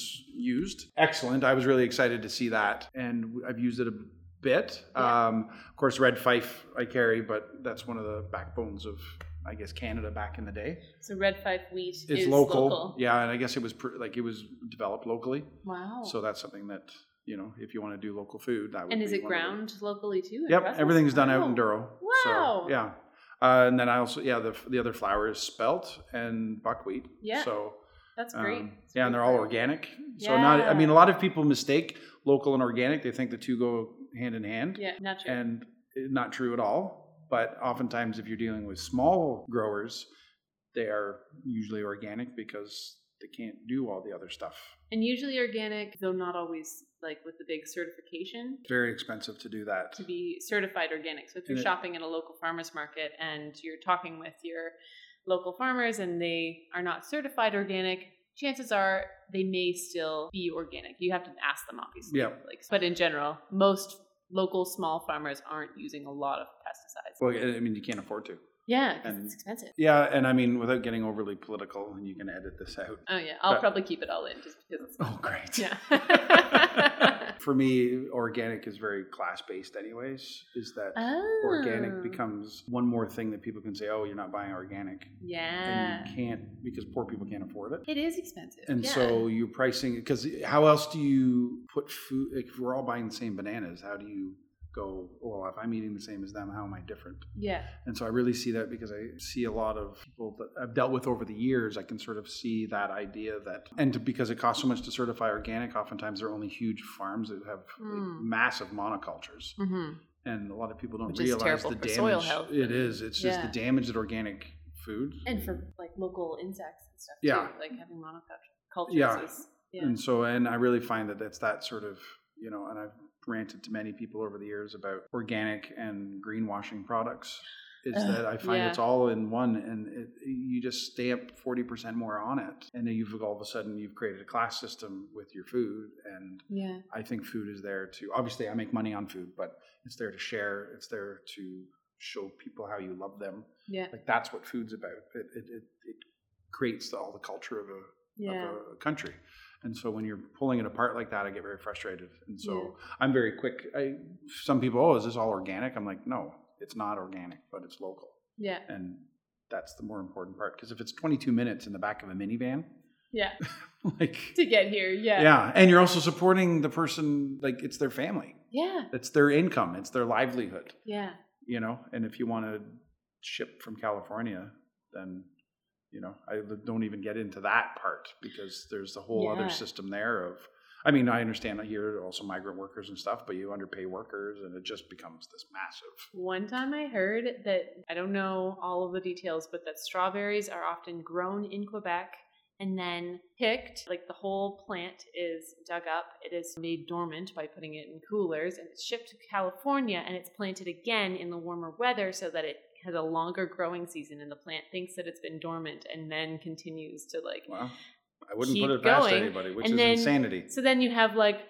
Speaker 2: used. Excellent. I was really excited to see that, and w- I've used it a bit.
Speaker 3: Yeah.
Speaker 2: Um, of course, red fife I carry, but that's one of the backbones of. I guess Canada back in the day
Speaker 3: so red five wheat is,
Speaker 2: It's
Speaker 3: local.
Speaker 2: yeah, and I guess it was pr- like it was developed locally,
Speaker 3: Wow.
Speaker 2: so that's something that you know if you want to do local food, that would
Speaker 3: Oh. and is
Speaker 2: be
Speaker 3: it
Speaker 2: one of the-
Speaker 3: ground locally too? in
Speaker 2: Yep,
Speaker 3: Brussels?
Speaker 2: everything's done out
Speaker 3: Wow.
Speaker 2: in Duro.
Speaker 3: Wow.
Speaker 2: So, yeah. Uh, and then I also, yeah, the, the other flour is spelt and buckwheat.
Speaker 3: Yeah.
Speaker 2: So,
Speaker 3: That's
Speaker 2: um,
Speaker 3: great.
Speaker 2: yeah, and they're all organic. So, not, I
Speaker 3: Yeah.
Speaker 2: mean, a lot of people mistake local and organic. They think the two go hand in hand,
Speaker 3: Yeah, not true.
Speaker 2: and it- not true at all. But oftentimes, if you're dealing with small growers, they are usually organic because they can't do all the other stuff.
Speaker 3: and usually organic, though not always like with the big certification.
Speaker 2: It's very expensive to do that.
Speaker 3: to be certified organic. So if
Speaker 2: And
Speaker 3: you're
Speaker 2: it-
Speaker 3: shopping at a local farmers market and you're talking with your local farmers and they are not certified organic, chances are they may still be organic. You have to ask them obviously.
Speaker 2: Yeah.
Speaker 3: Like but in general, most local small farmers aren't using a lot of pesticides.
Speaker 2: Well, I mean, you can't afford to.
Speaker 3: yeah, 'cause
Speaker 2: and-
Speaker 3: it's expensive.
Speaker 2: Yeah, and I mean, without getting overly political, and you can edit this out.
Speaker 3: Oh yeah, I'll
Speaker 2: But-
Speaker 3: probably keep it all in just because it's
Speaker 2: Oh, great.
Speaker 3: yeah.
Speaker 2: For me, organic is very class based, anyways. Is that
Speaker 3: Oh.
Speaker 2: organic becomes one more thing that people can say, oh, you're not buying organic.
Speaker 3: Oh, Yeah.
Speaker 2: And you can't, because poor people can't afford it.
Speaker 3: It is expensive.
Speaker 2: And
Speaker 3: yeah.
Speaker 2: so you're pricing it, because how else do you put food? Like, if we're all buying the same bananas, how do you go, well, if I'm eating the same as them, how am I different?
Speaker 3: Yeah.
Speaker 2: And so I really see that because I see a lot of people that I've dealt with over the years. I can sort of see that idea that, and to, because it costs so much to certify organic, oftentimes they're only huge farms that have like,
Speaker 3: Mm.
Speaker 2: massive monocultures.
Speaker 3: Mm-hmm.
Speaker 2: And a lot of people don't
Speaker 1: Hmm. Which is
Speaker 2: realize
Speaker 1: terrible
Speaker 2: the
Speaker 1: for
Speaker 2: damage.
Speaker 1: soil health.
Speaker 2: It is. It's just
Speaker 3: Yeah.
Speaker 2: the damage that organic food.
Speaker 3: And for like local insects and stuff.
Speaker 2: Yeah.
Speaker 3: Too. Like having monoculture cultures.
Speaker 2: Yeah. Mm.
Speaker 3: Is, yeah.
Speaker 2: And so, and I really find that that's that sort of, you know, and I've ranted to many people over the years about organic and greenwashing products. Is
Speaker 3: Ugh,
Speaker 2: that I find
Speaker 3: yeah.
Speaker 2: it's all in one, and it, you just stamp forty percent more on it, and then you've all of a sudden you've created a class system with your food. And
Speaker 3: yeah.
Speaker 2: I think food is there to obviously I make money on food, but it's there to share. It's there to show people how you love them.
Speaker 3: Yeah.
Speaker 2: Like that's what food's about. It it it, it creates all the culture of a
Speaker 3: Yeah.
Speaker 2: of a country. And so when you're pulling it apart like that, I get very frustrated. And so
Speaker 3: Yeah.
Speaker 2: I'm very quick. I, some people, oh, is this all organic? I'm like, no, it's not organic, but it's local.
Speaker 3: Yeah.
Speaker 2: And that's the more important part. Because if it's 22 minutes in the back of a minivan,
Speaker 3: Yeah.
Speaker 2: like,
Speaker 3: To get here.
Speaker 2: yeah.
Speaker 3: Yeah.
Speaker 2: And you're also supporting the person, like, it's their family,
Speaker 3: Yeah.
Speaker 2: it's their income, it's their livelihood,
Speaker 3: Yeah.
Speaker 2: you know? And if you want to ship from California, then. You know, I don't even get into that part because there's the whole
Speaker 3: Yeah.
Speaker 2: other system there of I mean, I understand that you're also migrant workers and stuff, but you underpay workers, and it just becomes this massive.
Speaker 3: One time I heard that, I don't know all of the details, but that strawberries are often grown in Quebec and then picked. Like the whole plant is dug up, it is made dormant by putting it in coolers, and it's shipped to California and it's planted again in the warmer weather so that it has a longer growing season and the plant thinks that it's been dormant and then continues to like
Speaker 2: Wow, I wouldn't
Speaker 3: Keep
Speaker 2: put it past
Speaker 3: going,
Speaker 2: anybody, which
Speaker 3: and
Speaker 2: is
Speaker 3: then-
Speaker 2: insanity.
Speaker 3: so then you have like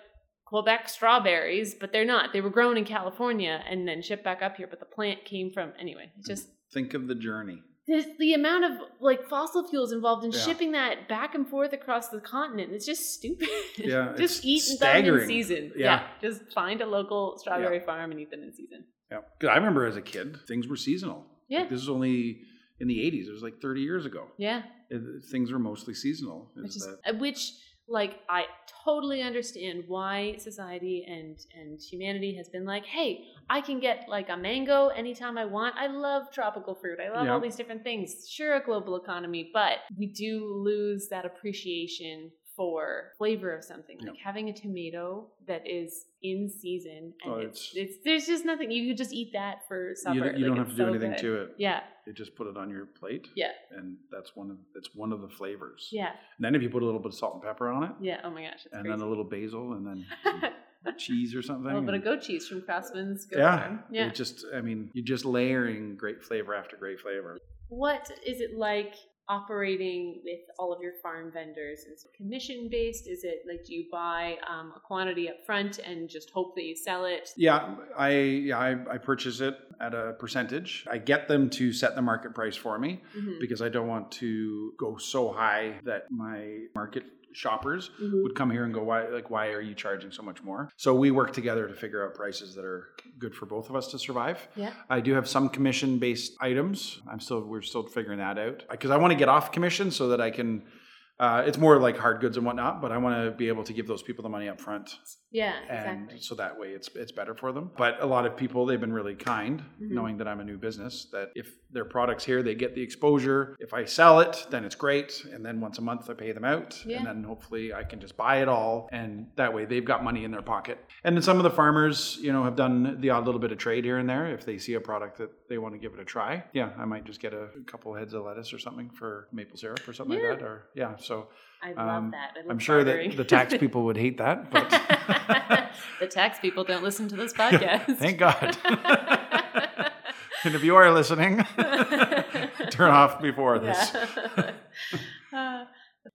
Speaker 3: Quebec strawberries, but they're not. They were grown in California and then shipped back up here, but the plant came from anyway. it's Just
Speaker 2: Think of the journey.
Speaker 3: the, the amount of like fossil fuels involved in
Speaker 2: Yeah.
Speaker 3: shipping that back and forth across the continent it's just stupid
Speaker 2: Yeah,
Speaker 3: just
Speaker 2: it's
Speaker 3: eat them in
Speaker 2: staggering.
Speaker 3: season
Speaker 2: Yeah.
Speaker 3: just find a local strawberry farm and eat them in season
Speaker 2: Yeah, 'Cause I remember as a kid, things were seasonal. Like,
Speaker 3: Yeah.
Speaker 2: this is only in the '80s. It was like 30 years ago.
Speaker 3: yeah
Speaker 2: It- things were mostly seasonal. Is
Speaker 3: which is
Speaker 2: that-
Speaker 3: uh, which like i totally understand why society and and humanity has been like hey i can get like a mango anytime i want i love tropical fruit i love all
Speaker 2: Yeah.
Speaker 3: these different things sure a global economy but we do lose that appreciation for flavor of something like having a tomato that is in season and
Speaker 2: Oh,
Speaker 3: it's,
Speaker 2: it's-
Speaker 3: it's there's just nothing you could just eat that for supper
Speaker 2: you, don't- you
Speaker 3: Like,
Speaker 2: don't have
Speaker 3: it's
Speaker 2: to do
Speaker 3: so
Speaker 2: anything
Speaker 3: good.
Speaker 2: to it.
Speaker 3: yeah
Speaker 2: You just put it on your plate.
Speaker 3: Yeah.
Speaker 2: and that's one of that's one of the flavors.
Speaker 3: yeah
Speaker 2: And then if you put a little bit of salt and pepper on it,
Speaker 3: yeah oh my gosh it's
Speaker 2: and
Speaker 3: crazy.
Speaker 2: then a little basil, and then some cheese or something.
Speaker 3: a little bit
Speaker 2: and-
Speaker 3: of goat cheese from Craftsman's Goat
Speaker 2: yeah,
Speaker 3: Farm. Yeah.
Speaker 2: It just, I mean, you're just layering great flavor after great flavor.
Speaker 3: What is it like operating with all of your farm vendors? Is it commission based? Is it like do you buy um, a quantity up front and just hope that you sell it?
Speaker 2: Yeah, I yeah I, I purchase it at a percentage. I get them to set the market price for me
Speaker 3: Mhm.
Speaker 2: because I don't want to go so high that my market shoppers
Speaker 3: Mhm.
Speaker 2: would come here and go why like why are you charging so much more so we work together to figure out prices that are good for both of us to survive
Speaker 3: Yeah.
Speaker 2: i do have some commission based items i'm still we're still figuring that out because i want to get off commission so that i can uh, it's more like hard goods and whatnot but i want to be able to give those people the money up front
Speaker 3: Yeah,
Speaker 2: and
Speaker 3: exactly.
Speaker 2: so that way it's it's better for them but a lot of people they've been really kind
Speaker 3: Mhm.
Speaker 2: knowing that i'm a new business that if their products here they get the exposure if i sell it then it's great and then once a month i pay them out
Speaker 3: Yeah.
Speaker 2: and then hopefully i can just buy it all and that way they've got money in their pocket and then some of the farmers you know have done the odd little bit of trade here and there if they see a product that they want to give it a try yeah i might just get a, couple heads of lettuce or something for maple syrup or something
Speaker 3: Yeah.
Speaker 2: like that or yeah so
Speaker 3: I love
Speaker 2: um,
Speaker 3: that. I love
Speaker 2: i'm sure
Speaker 3: bartering.
Speaker 2: that the tax people would hate that but
Speaker 3: the tax people don't listen to this podcast.
Speaker 2: Thank God. and if you are listening, turn off before this.
Speaker 3: Yeah. Uh,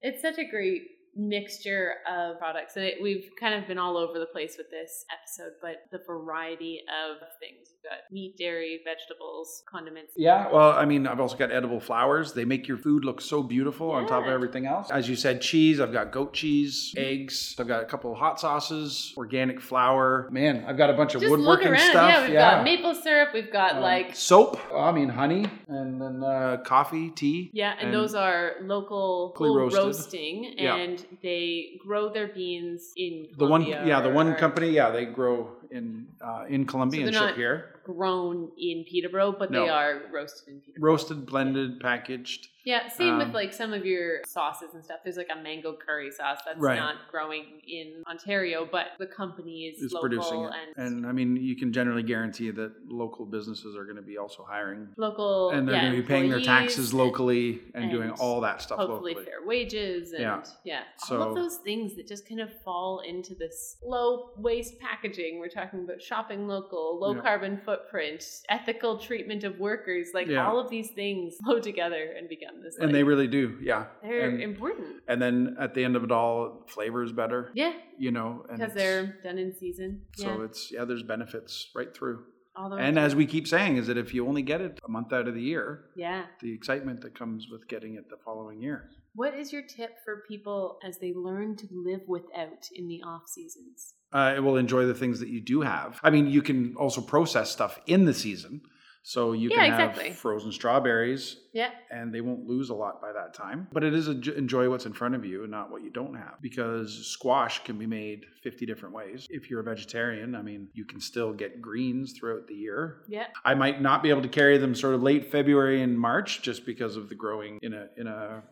Speaker 3: it's such a great mixture of products. And it, we've kind of been all over the place with this episode, but the variety of things. We've got meat, dairy, vegetables, condiments.
Speaker 2: Yeah, well, I mean, I've also got edible flowers. They make your food look so beautiful on top of
Speaker 3: Yeah.
Speaker 2: everything else. As you said, cheese. I've got goat cheese, eggs. I've got a couple of hot sauces, organic flour. Man, I've got a bunch of
Speaker 3: Just look
Speaker 2: woodworking
Speaker 3: around.
Speaker 2: stuff.
Speaker 3: Yeah, we've got maple syrup. We've got
Speaker 2: Um,
Speaker 3: like,
Speaker 2: soap. I mean, honey, and then uh, coffee, tea.
Speaker 3: yeah, and,
Speaker 2: and
Speaker 3: those are local
Speaker 2: locally
Speaker 3: roasting,
Speaker 2: roasted. Yeah.
Speaker 3: and they grow their beans in
Speaker 2: The one,
Speaker 3: Colombia
Speaker 2: yeah, the
Speaker 3: or-
Speaker 2: one
Speaker 3: or
Speaker 2: company, yeah, they grow in uh, in Colombia
Speaker 3: So
Speaker 2: and
Speaker 3: they're
Speaker 2: ship
Speaker 3: not-
Speaker 2: here.
Speaker 3: grown in Peterborough, but they
Speaker 2: No.
Speaker 3: are roasted in Peterborough.
Speaker 2: Roasted, blended, packaged.
Speaker 3: Yeah, same with
Speaker 2: Um,
Speaker 3: like some of your sauces and stuff. There's like a mango curry sauce that's
Speaker 2: Right.
Speaker 3: not growing in Ontario, but the company is
Speaker 2: Is
Speaker 3: local
Speaker 2: producing it,
Speaker 3: and,
Speaker 2: and I mean, you can generally guarantee that local businesses are going to be also hiring
Speaker 3: local,
Speaker 2: and they're
Speaker 3: yeah,
Speaker 2: going to be paying their
Speaker 3: employees
Speaker 2: taxes
Speaker 3: and
Speaker 2: locally and, doing
Speaker 3: and
Speaker 2: all that stuff
Speaker 3: Hopefully,
Speaker 2: locally.
Speaker 3: fair wages and yeah,
Speaker 2: Yeah.
Speaker 3: all of
Speaker 2: So-
Speaker 3: those things that just kind of fall into this low waste packaging. We're talking about shopping local, low
Speaker 2: Yeah.
Speaker 3: carbon footprint, ethical treatment of workers. Like
Speaker 2: Yeah.
Speaker 3: all of these things flow together and become this.
Speaker 2: And they
Speaker 3: like,
Speaker 2: really do, yeah.
Speaker 3: they're
Speaker 2: And,
Speaker 3: important.
Speaker 2: and then at the end of it all, flavor is better,
Speaker 3: Yeah,
Speaker 2: you know. and it's-
Speaker 3: because they're done in season.
Speaker 2: So
Speaker 3: yeah,
Speaker 2: it's, yeah, there's benefits right through.
Speaker 3: all the way
Speaker 2: And
Speaker 3: through.
Speaker 2: as we keep saying, is that if you only get it a month out of the year,
Speaker 3: yeah.
Speaker 2: the excitement that comes with getting it the following year.
Speaker 3: What is your tip for people as they learn to live without in the off seasons?
Speaker 2: uh, it will enjoy the things that you do have. I mean, you can also process stuff in the season. So you
Speaker 3: Yeah,
Speaker 2: can have
Speaker 3: exactly.
Speaker 2: frozen strawberries.
Speaker 3: Yeah.
Speaker 2: And they won't lose a lot by that time. But it is a, enjoy what's in front of you and not what you don't have because squash can be made 50 different ways. If you're a vegetarian, I mean, you can still get greens throughout the year.
Speaker 3: Yeah,
Speaker 2: I might not be able to carry them sort of late February and March just because of the growing in a, in a,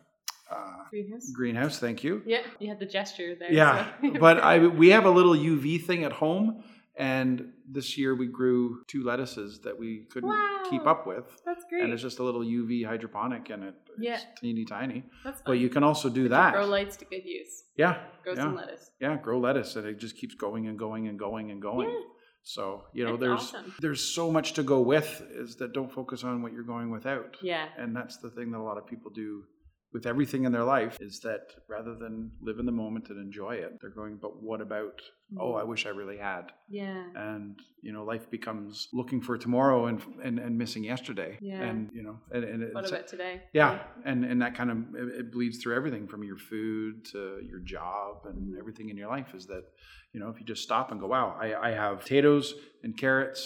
Speaker 2: uh,
Speaker 3: greenhouse.
Speaker 2: greenhouse. Thank you.
Speaker 3: Yeah, you had the gesture there.
Speaker 2: Yeah,
Speaker 3: so-
Speaker 2: but I we have a little UV thing at home, and this year we grew two lettuces that we couldn't
Speaker 3: Wow.
Speaker 2: keep up with,
Speaker 3: that's great.
Speaker 2: and it's just a little UV hydroponic in it. It's
Speaker 3: Yeah.
Speaker 2: teeny tiny.
Speaker 3: that's fun.
Speaker 2: But you can also do
Speaker 3: Grow
Speaker 2: that.
Speaker 3: lights to good use.
Speaker 2: yeah,
Speaker 3: Grow
Speaker 2: yeah,
Speaker 3: some lettuce.
Speaker 2: yeah. Grow lettuce, and it just keeps going and going and going and going.
Speaker 3: Yeah.
Speaker 2: So you know,
Speaker 3: That's
Speaker 2: there's
Speaker 3: awesome.
Speaker 2: there's so much to go with. Is that don't focus on what you're going without
Speaker 3: Yeah.
Speaker 2: and that's the thing that a lot of people do with everything in their life is that rather than live in the moment and enjoy it they're going but what about oh i wish i really had
Speaker 3: Yeah.
Speaker 2: and you know life becomes looking for tomorrow and and, and missing yesterday
Speaker 3: Yeah.
Speaker 2: and you know and, and
Speaker 3: What
Speaker 2: it's-
Speaker 3: about today?
Speaker 2: yeah and and that kind of it, it bleeds through everything from your food to your job and
Speaker 3: Mhm.
Speaker 2: everything in your life is that you know if you just stop and go wow i, I have potatoes and carrots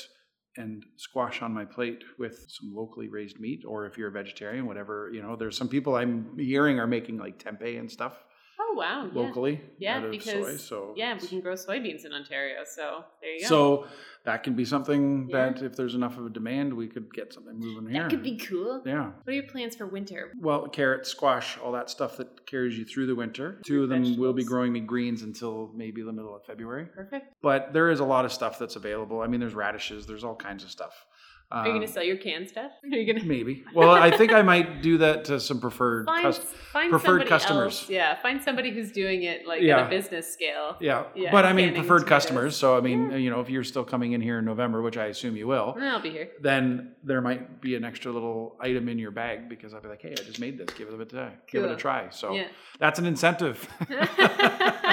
Speaker 2: and squash on my plate with some locally raised meat or if you're a vegetarian whatever you know there's some people i'm hearing are making like tempeh and stuff
Speaker 3: Oh wow. Yeah.
Speaker 2: locally
Speaker 3: Yeah,
Speaker 2: out of
Speaker 3: because-
Speaker 2: soy so
Speaker 3: Yeah, we
Speaker 2: it's-
Speaker 3: can grow soybeans in Ontario, so there you go.
Speaker 2: so that can be something
Speaker 3: Yeah.
Speaker 2: that if there's enough of a demand we could get something moving here
Speaker 3: that could be cool.
Speaker 2: yeah
Speaker 3: What are your plans for winter?
Speaker 2: Well, carrots, squash, all that stuff that carries you through the winter. Two of them will be
Speaker 3: vegetables.
Speaker 2: growing me greens until maybe the middle of February.
Speaker 3: Perfect.
Speaker 2: But there is a lot of stuff that's available. I mean, there's radishes, there's all kinds of stuff.
Speaker 3: Are you
Speaker 2: Um,
Speaker 3: going to sell your canned stuff? Are you going to
Speaker 2: Maybe. Well, I think I might do that to some preferred
Speaker 3: find,
Speaker 2: customers.
Speaker 3: find
Speaker 2: preferred
Speaker 3: somebody
Speaker 2: customers.
Speaker 3: Else. Yeah, find somebody who's doing it like at
Speaker 2: Yeah.
Speaker 3: a business scale.
Speaker 2: Yeah.
Speaker 3: Yeah,
Speaker 2: but I mean,
Speaker 3: canning
Speaker 2: preferred
Speaker 3: tomatoes.
Speaker 2: customers. So, I mean,
Speaker 3: Yeah.
Speaker 2: you know, if you're still coming in here in November, which I assume you will,
Speaker 3: I'll be here.
Speaker 2: then there might be an extra little item in your bag because I'll be like, hey, I just made this. Give it a try. Give it
Speaker 3: Cool.
Speaker 2: a try. So
Speaker 3: Yeah.
Speaker 2: that's an incentive.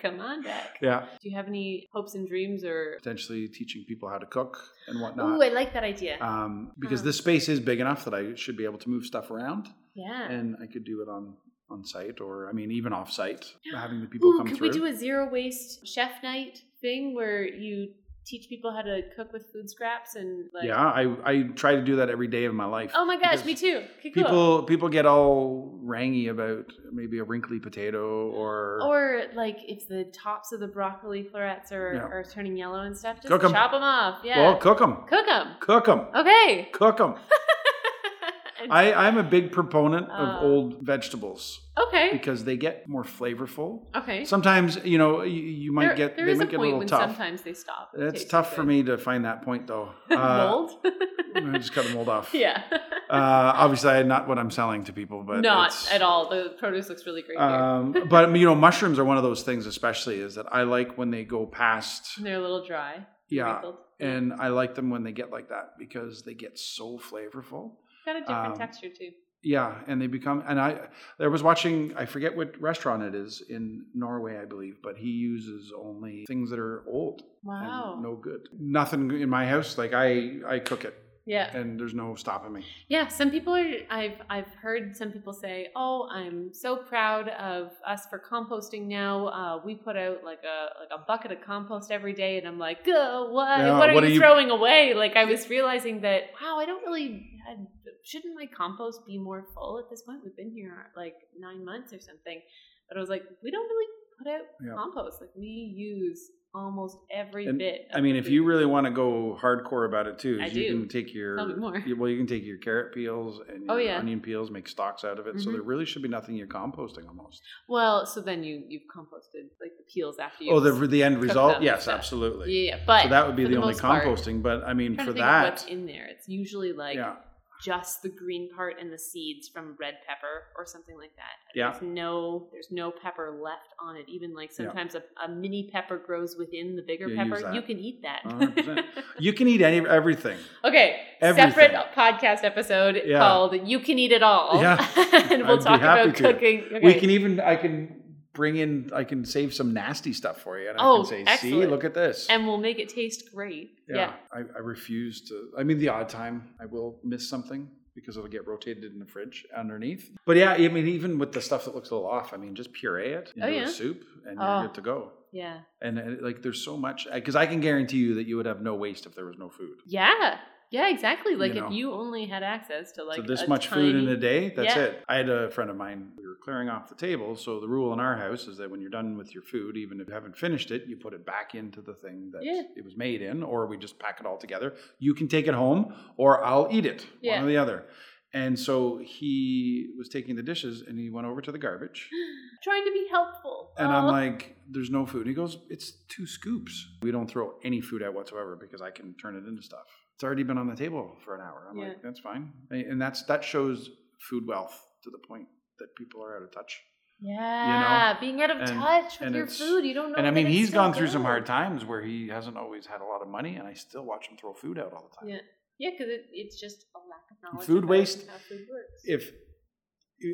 Speaker 3: Come on back.
Speaker 2: yeah.
Speaker 3: Do you have any hopes and dreams or?
Speaker 2: potentially teaching people how to cook and whatnot.
Speaker 3: Ooh, Uh-huh. I like that idea.
Speaker 2: um, because
Speaker 3: Huh.
Speaker 2: this space is big enough that I should be able to move stuff around,
Speaker 3: yeah.
Speaker 2: and I could do it on on site or I mean even off site, having the people
Speaker 3: Ooh,
Speaker 2: come
Speaker 3: could
Speaker 2: through.
Speaker 3: we do a zero waste chef night thing where you teach people how to cook with food scraps and like?
Speaker 2: yeah, I I try to do that every day of my life.
Speaker 3: Oh my gosh,
Speaker 2: Because
Speaker 3: me too. Okay, cool.
Speaker 2: People people get all rangy about maybe a wrinkly potato or,
Speaker 3: Or like if the tops of the broccoli florets are,
Speaker 2: Yeah.
Speaker 3: are turning yellow and stuff, just chop 'em
Speaker 2: Cook 'em.
Speaker 3: chop them off. Yeah,
Speaker 2: well cook them,
Speaker 3: cook them.
Speaker 2: cook them,
Speaker 3: Okay.
Speaker 2: cook them.
Speaker 3: And-
Speaker 2: I I'm a big proponent of
Speaker 3: Oh.
Speaker 2: old vegetables
Speaker 3: okay.
Speaker 2: because they get more flavorful.
Speaker 3: Okay.
Speaker 2: Sometimes you know you, you might
Speaker 3: There-
Speaker 2: get
Speaker 3: there
Speaker 2: they
Speaker 3: is
Speaker 2: might
Speaker 3: a
Speaker 2: get a
Speaker 3: point
Speaker 2: little
Speaker 3: when
Speaker 2: tough.
Speaker 3: Sometimes they stop.
Speaker 2: That's
Speaker 3: tasting
Speaker 2: tough for
Speaker 3: good.
Speaker 2: me uh, to find that point though.
Speaker 3: Mold.
Speaker 2: I just cut them mold off.
Speaker 3: yeah.
Speaker 2: Uh, obviously, not what I'm selling to people, but
Speaker 3: Not
Speaker 2: it's-
Speaker 3: at all. The produce looks really great. here.
Speaker 2: Um, but you know, mushrooms are one of those things, especially is that I like when they go past.
Speaker 3: And they're a little dry.
Speaker 2: Yeah,
Speaker 3: Wrinkled.
Speaker 2: and I like them when they get like that because they get so flavorful.
Speaker 3: Got a different
Speaker 2: um,
Speaker 3: texture too.
Speaker 2: Yeah, and they become and I there was watching I forget what restaurant it is in Norway I believe, but he uses only things that are old and
Speaker 3: Wow.
Speaker 2: no good. Nothing in my house like I I cook it
Speaker 3: Yeah.
Speaker 2: and there's no stopping me.
Speaker 3: Yeah. Some people are, I've, I've heard some people say, oh, I'm so proud of us for composting now. Uh, we put out like a, like a bucket of compost every day. And I'm like, "Gah, what,
Speaker 2: Yeah,
Speaker 3: Uh, what are
Speaker 2: what
Speaker 3: you,
Speaker 2: are you-
Speaker 3: throwing away? Like I was realizing that, wow, I don't really, I, shouldn't my compost be more full at this point? We've been here like nine months or something. But I was like, we don't really put out
Speaker 2: Yeah.
Speaker 3: compost. Like we use almost every
Speaker 2: And,
Speaker 3: bit. of
Speaker 2: I mean,
Speaker 3: the
Speaker 2: if
Speaker 3: food
Speaker 2: you
Speaker 3: that
Speaker 2: really want to go hardcore about it too,
Speaker 3: I
Speaker 2: you
Speaker 3: do.
Speaker 2: can take your
Speaker 3: Tell me more.
Speaker 2: you- well, you can take your carrot peels and your
Speaker 3: Oh, yeah.
Speaker 2: onion peels, make stocks out of it. So
Speaker 3: Mhm.
Speaker 2: there really should be nothing you're composting almost.
Speaker 3: Well, so then you you've composted like the peels after you.
Speaker 2: oh, the the end
Speaker 3: cook them
Speaker 2: result,
Speaker 3: and
Speaker 2: yes,
Speaker 3: stuff. yeah,
Speaker 2: absolutely.
Speaker 3: yeah, but
Speaker 2: so that would be
Speaker 3: for
Speaker 2: the,
Speaker 3: the
Speaker 2: only
Speaker 3: most part,
Speaker 2: composting. but I mean,
Speaker 3: I'm trying
Speaker 2: for
Speaker 3: to think of what's
Speaker 2: that,
Speaker 3: in there. It's usually like
Speaker 2: yeah,
Speaker 3: just the green part and the seeds from red pepper or something like that.
Speaker 2: Yeah.
Speaker 3: There's no there's no pepper left on it. Even like
Speaker 2: Yeah.
Speaker 3: sometimes a, a mini pepper grows within the bigger
Speaker 2: Yeah, use
Speaker 3: pepper.
Speaker 2: that.
Speaker 3: You can eat that.
Speaker 2: 100%. you can eat any everything.
Speaker 3: okay,
Speaker 2: Everything.
Speaker 3: separate podcast episode
Speaker 2: Yeah.
Speaker 3: called "You Can Eat It All,"
Speaker 2: Yeah.
Speaker 3: and we'll
Speaker 2: I'd be
Speaker 3: talk
Speaker 2: happy
Speaker 3: about
Speaker 2: to.
Speaker 3: cooking. Okay.
Speaker 2: We can even I can bring in I can save some nasty stuff for you, and I
Speaker 3: Oh,
Speaker 2: can say, see,
Speaker 3: excellent.
Speaker 2: look at this.
Speaker 3: and we'll make it taste great. yeah.
Speaker 2: I, I refuse to. I mean, the odd time I will miss something because it'll get rotated in the fridge underneath. But yeah, I mean, even with the stuff that looks a little off, I mean, just puree it into
Speaker 3: Oh, yeah.
Speaker 2: a soup and
Speaker 3: Oh.
Speaker 2: you're good to go.
Speaker 3: yeah.
Speaker 2: And uh, like, there's so much because I can guarantee you that you would have no waste if there was no food.
Speaker 3: Yeah. Yeah, exactly. Like
Speaker 2: You
Speaker 3: if
Speaker 2: know.
Speaker 3: you only had access to like
Speaker 2: so this
Speaker 3: a
Speaker 2: much food in a
Speaker 3: tiny-
Speaker 2: day, that's
Speaker 3: Yeah.
Speaker 2: it. I had a friend of mine. We were clearing off the table, so the rule in our house is that when you're done with your food, even if you haven't finished it, you put it back into the thing that
Speaker 3: Yeah.
Speaker 2: it was made in, or we just pack it all together. You can take it home, or I'll eat it.
Speaker 3: Yeah.
Speaker 2: One or the other. And so he was taking the dishes, and he went over to the garbage,
Speaker 3: trying to be helpful.
Speaker 2: and I'm
Speaker 3: Aw.
Speaker 2: like, "There's no food." And he goes, "It's two scoops. We don't throw any food out whatsoever because I can turn it into stuff. It's already been on the table for an hour." I'm
Speaker 3: Yeah.
Speaker 2: like, "That's fine," and and that's that shows food wealth to the point that people are out of touch.
Speaker 3: Yeah, being out of
Speaker 2: and-
Speaker 3: touch with
Speaker 2: and
Speaker 3: your
Speaker 2: it's-
Speaker 3: food. You don't know.
Speaker 2: and I
Speaker 3: that
Speaker 2: mean,
Speaker 3: it's
Speaker 2: he's
Speaker 3: still
Speaker 2: gone through some
Speaker 3: good.
Speaker 2: hard times where he hasn't always had a lot of money, and I still watch him throw food out all the time.
Speaker 3: Yeah. Yeah, because it, it's just a lack of knowledge.
Speaker 2: Food
Speaker 3: about
Speaker 2: waste-
Speaker 3: How food works.
Speaker 2: if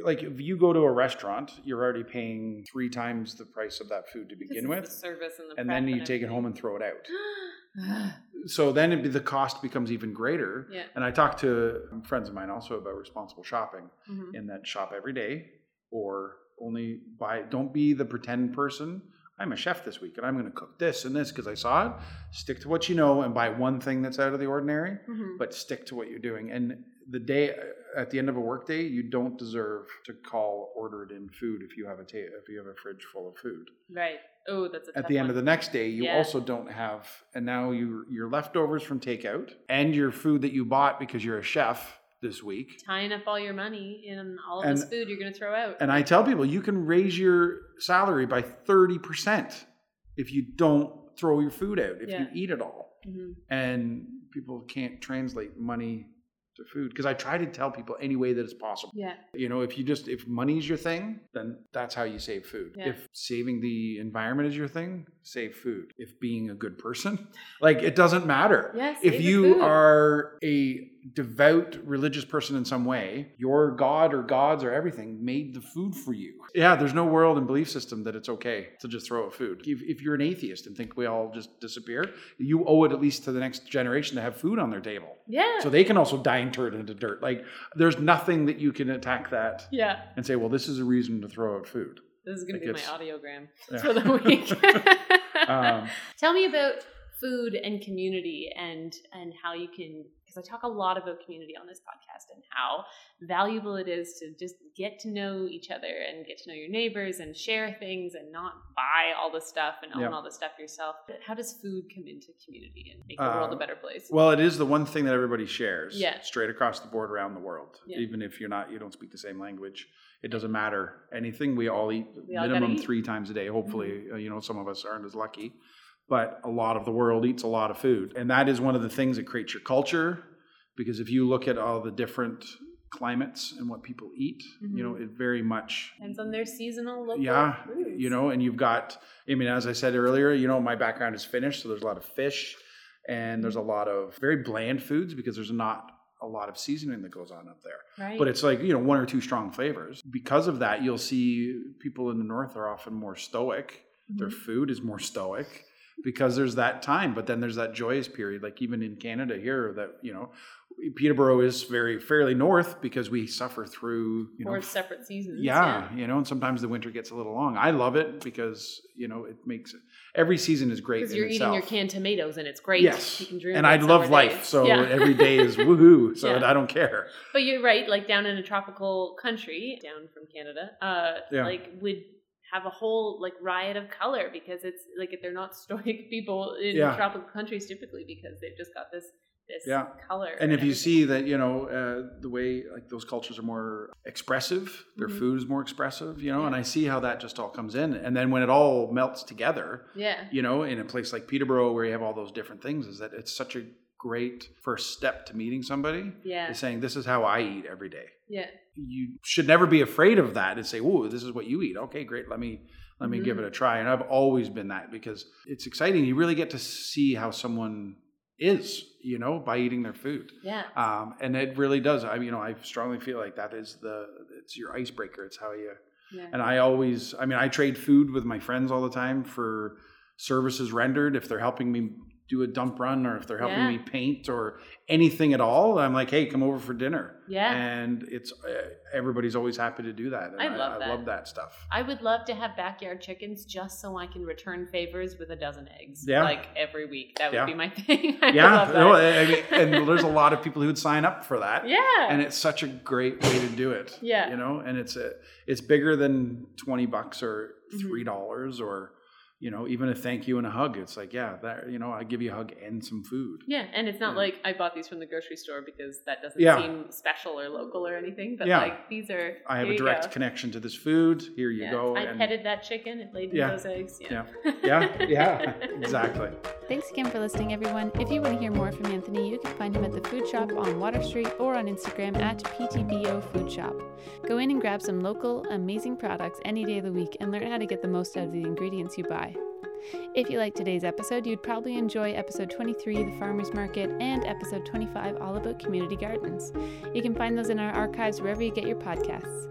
Speaker 2: like if you go to a restaurant, you're already paying three times the price of that food to
Speaker 3: Because it's
Speaker 2: begin
Speaker 3: the
Speaker 2: with,
Speaker 3: service and, the
Speaker 2: and then you take it home and throw it out.
Speaker 3: home.
Speaker 2: So then it'd be, the cost becomes even greater.
Speaker 3: yeah.
Speaker 2: And I talked to friends of mine also about responsible shopping,
Speaker 3: Mhm.
Speaker 2: in that shop every day, or only buy. Don't be the pretend person. I'm a chef this week, and I'm going to cook this and this because I saw it. Stick to what you know and buy one thing that's out of the ordinary
Speaker 3: Mhm.
Speaker 2: but stick to what you're doing. And the day at the end of a workday, you don't deserve to call ordered in food if you have a ta- if you have a fridge full of food.
Speaker 3: Right. Oh, that's a
Speaker 2: At the end of the next day, you
Speaker 3: Yeah.
Speaker 2: also don't have, and now you your leftovers from takeout and your food that you bought because you're a chef this week.
Speaker 3: tying up all your money in all of
Speaker 2: And-
Speaker 3: this food you're going to throw out.
Speaker 2: And I tell people you can raise your salary by thirty percent if you don't throw your food out if you
Speaker 3: Yeah.
Speaker 2: eat it all.
Speaker 3: Mhm.
Speaker 2: And people can't translate money to food because I try to tell people any way that it's possible.
Speaker 3: Yeah.
Speaker 2: You know, if you just if money's your thing, then that's how you save food.
Speaker 3: Yeah.
Speaker 2: If saving the environment is your thing, save food. If being a good person, like it doesn't matter.
Speaker 3: Yeah, save
Speaker 2: if
Speaker 3: the
Speaker 2: you
Speaker 3: food.
Speaker 2: are a devout religious person in some way, your god or gods or everything made the food for you. Yeah, there's no world and belief system that it's okay to just throw out food. If, if you're an atheist and think we all just disappear, you owe it at least to the next generation to have food on their table.
Speaker 3: Yeah.
Speaker 2: So they can also die and turn into dirt. Like there's nothing that you can attack that
Speaker 3: yeah.
Speaker 2: and say, well, this is a reason to throw out food.
Speaker 3: This is going to
Speaker 2: Like
Speaker 3: be my
Speaker 2: it's-
Speaker 3: audiogram
Speaker 2: Yeah.
Speaker 3: for the week.
Speaker 2: Um,
Speaker 3: Tell me about food and community and and how you can because I talk a lot about community on this podcast and how valuable it is to just get to know each other and get to know your neighbors and share things and not buy all the stuff and own
Speaker 2: Yeah.
Speaker 3: all the stuff yourself. How does food come into community and make the world a
Speaker 2: Uh,
Speaker 3: better place?
Speaker 2: well, it is the one thing that everybody shares.
Speaker 3: Yeah.
Speaker 2: Straight across the board around the world.
Speaker 3: Yeah.
Speaker 2: Even if you're not, you don't speak the same language. It doesn't matter anything. We all eat
Speaker 3: We all gotta
Speaker 2: minimum
Speaker 3: eat. Mm-hmm.
Speaker 2: three times a day. Hopefully, uh, you know, some of us aren't as lucky, but a lot of the world eats a lot of food. And that is one of the things that creates your culture because if you look at all the different climates and what people eat,
Speaker 3: Mm-hmm.
Speaker 2: you know, it very much
Speaker 3: Depends on their seasonal local
Speaker 2: yeah
Speaker 3: foods.
Speaker 2: you know and you've got i mean as i said earlier you know my background is finnish so there's a lot of fish and there's a lot of very bland foods because there's not a lot of seasoning that goes on up there.
Speaker 3: Right.
Speaker 2: But it's like, you know, one or two strong flavors. Because of that, you'll see people in the north are often more stoic. Their food is more stoic because there's that time, but then there's that joyous period. Like even in Canada here, that, you know, Peterborough is very fairly north because we suffer through, you know,
Speaker 3: Four separate seasons.
Speaker 2: yeah, you know, and sometimes the winter gets a little long. I love it because, you know, it makes every season is great
Speaker 3: Because
Speaker 2: in
Speaker 3: you're eating
Speaker 2: itself.
Speaker 3: your canned tomatoes and it's great.
Speaker 2: Yes.
Speaker 3: You can dream
Speaker 2: and I
Speaker 3: about
Speaker 2: love
Speaker 3: summer
Speaker 2: life,
Speaker 3: days.
Speaker 2: so
Speaker 3: Yeah.
Speaker 2: every day is woohoo. So
Speaker 3: Yeah.
Speaker 2: I don't care.
Speaker 3: But you're right, like down in a tropical country, down from Canada, uh,
Speaker 2: Yeah.
Speaker 3: like would have a whole like riot of color because it's like if they're not stoic people in
Speaker 2: Yeah.
Speaker 3: tropical countries typically because they've just got this this
Speaker 2: Yeah.
Speaker 3: color.
Speaker 2: And if you
Speaker 3: everything.
Speaker 2: see that, you know, uh, the way like those cultures are more expressive, their
Speaker 3: Mhm.
Speaker 2: food is more expressive, you know, and
Speaker 3: Yeah.
Speaker 2: I see how that just all comes in. And then when it all melts together,
Speaker 3: yeah,
Speaker 2: you know, in a place like Peterborough where you have all those different things, is that it's such a great first step to meeting somebody
Speaker 3: yeah,
Speaker 2: is saying, this is how I eat every day.
Speaker 3: yeah,
Speaker 2: You should never be afraid of that and say, "Ooh, this is what you eat." Okay, great. Let me let me give
Speaker 3: Mhm.
Speaker 2: it a try. And I've always been that because it's exciting. You really get to see how someone is, you know, by eating their food.
Speaker 3: yeah.
Speaker 2: Um, and it really does. I, you know, I strongly feel like that is the it's your icebreaker. It's how you.
Speaker 3: Yeah.
Speaker 2: And I always, I mean, I trade food with my friends all the time for services rendered. If they're helping me do a dump run, or if they're helping
Speaker 3: Yeah.
Speaker 2: me paint, or anything at all, I'm like, hey, come over for dinner.
Speaker 3: Yeah.
Speaker 2: And it's uh, everybody's always happy to do that. And
Speaker 3: I love that.
Speaker 2: I love that stuff.
Speaker 3: I would love to have backyard chickens just so I can return favors with a dozen eggs.
Speaker 2: Yeah.
Speaker 3: Like every week. That would
Speaker 2: Yeah.
Speaker 3: be my thing. I
Speaker 2: Yeah,
Speaker 3: love
Speaker 2: no,
Speaker 3: that.
Speaker 2: I I mean, and there's a lot of people who would sign up for that.
Speaker 3: Yeah.
Speaker 2: and it's such a great way to do it.
Speaker 3: Yeah.
Speaker 2: you know, and it's a it's bigger than twenty bucks or
Speaker 3: Mhm.
Speaker 2: three dollars or you know even a thank you and a hug. It's like yeah, that you know I give you a hug and some food.
Speaker 3: Yeah, and it's not
Speaker 2: Yeah.
Speaker 3: like I bought these from the grocery store because that doesn't
Speaker 2: Yeah.
Speaker 3: seem special or local or anything. But
Speaker 2: Yeah.
Speaker 3: like these are,
Speaker 2: I have a
Speaker 3: here you
Speaker 2: direct
Speaker 3: go.
Speaker 2: connection to this food. Here you
Speaker 3: Yeah.
Speaker 2: go.
Speaker 3: I
Speaker 2: and-
Speaker 3: petted that chicken. It laid
Speaker 2: Yeah.
Speaker 3: those eggs. Yeah.
Speaker 2: Yeah. yeah, yeah, exactly.
Speaker 1: Thanks again for listening, everyone. If you want to hear more from Anthony, you can find him at the food shop on Water Street or on Instagram at PTBO Food Shop. Go in and grab some local, amazing products any day of the week and learn how to get the most out of the ingredients you buy. If you like today's episode, you'd probably enjoy episode 23, The Farmer's Market, and episode 25, All About Community Gardens. You can find those in our archives wherever you get your podcasts.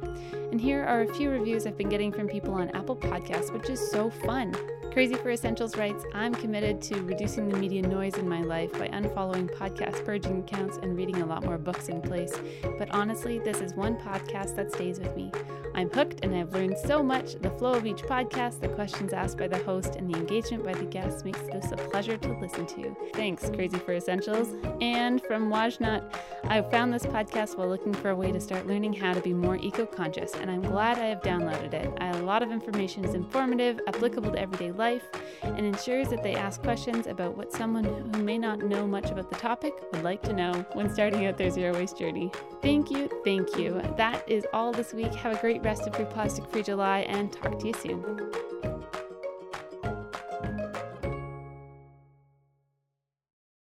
Speaker 1: And here are a few reviews I've been getting from people on Apple Podcasts, which is so fun. Crazy for Essentials writes, I'm committed to reducing the media noise in my life by unfollowing podcast purging accounts and reading a lot more books in place. But honestly, this is one podcast that stays with me. I'm hooked and I've learned so much. The flow of each podcast, the questions asked by the host, and the engagement by the guests makes this a pleasure to listen to. Thanks, Crazy for Essentials. And from Wajnat, I found this podcast while looking for a way to start learning how to be more eco conscious, and I'm glad I have downloaded it. A lot of information is informative, applicable to everyday life, and ensures that they ask questions about what someone who may not know much about the topic would like to know when starting out their zero waste journey. Thank you, thank you. That is all this week. Have a great rest of your plastic free July, and talk to you soon.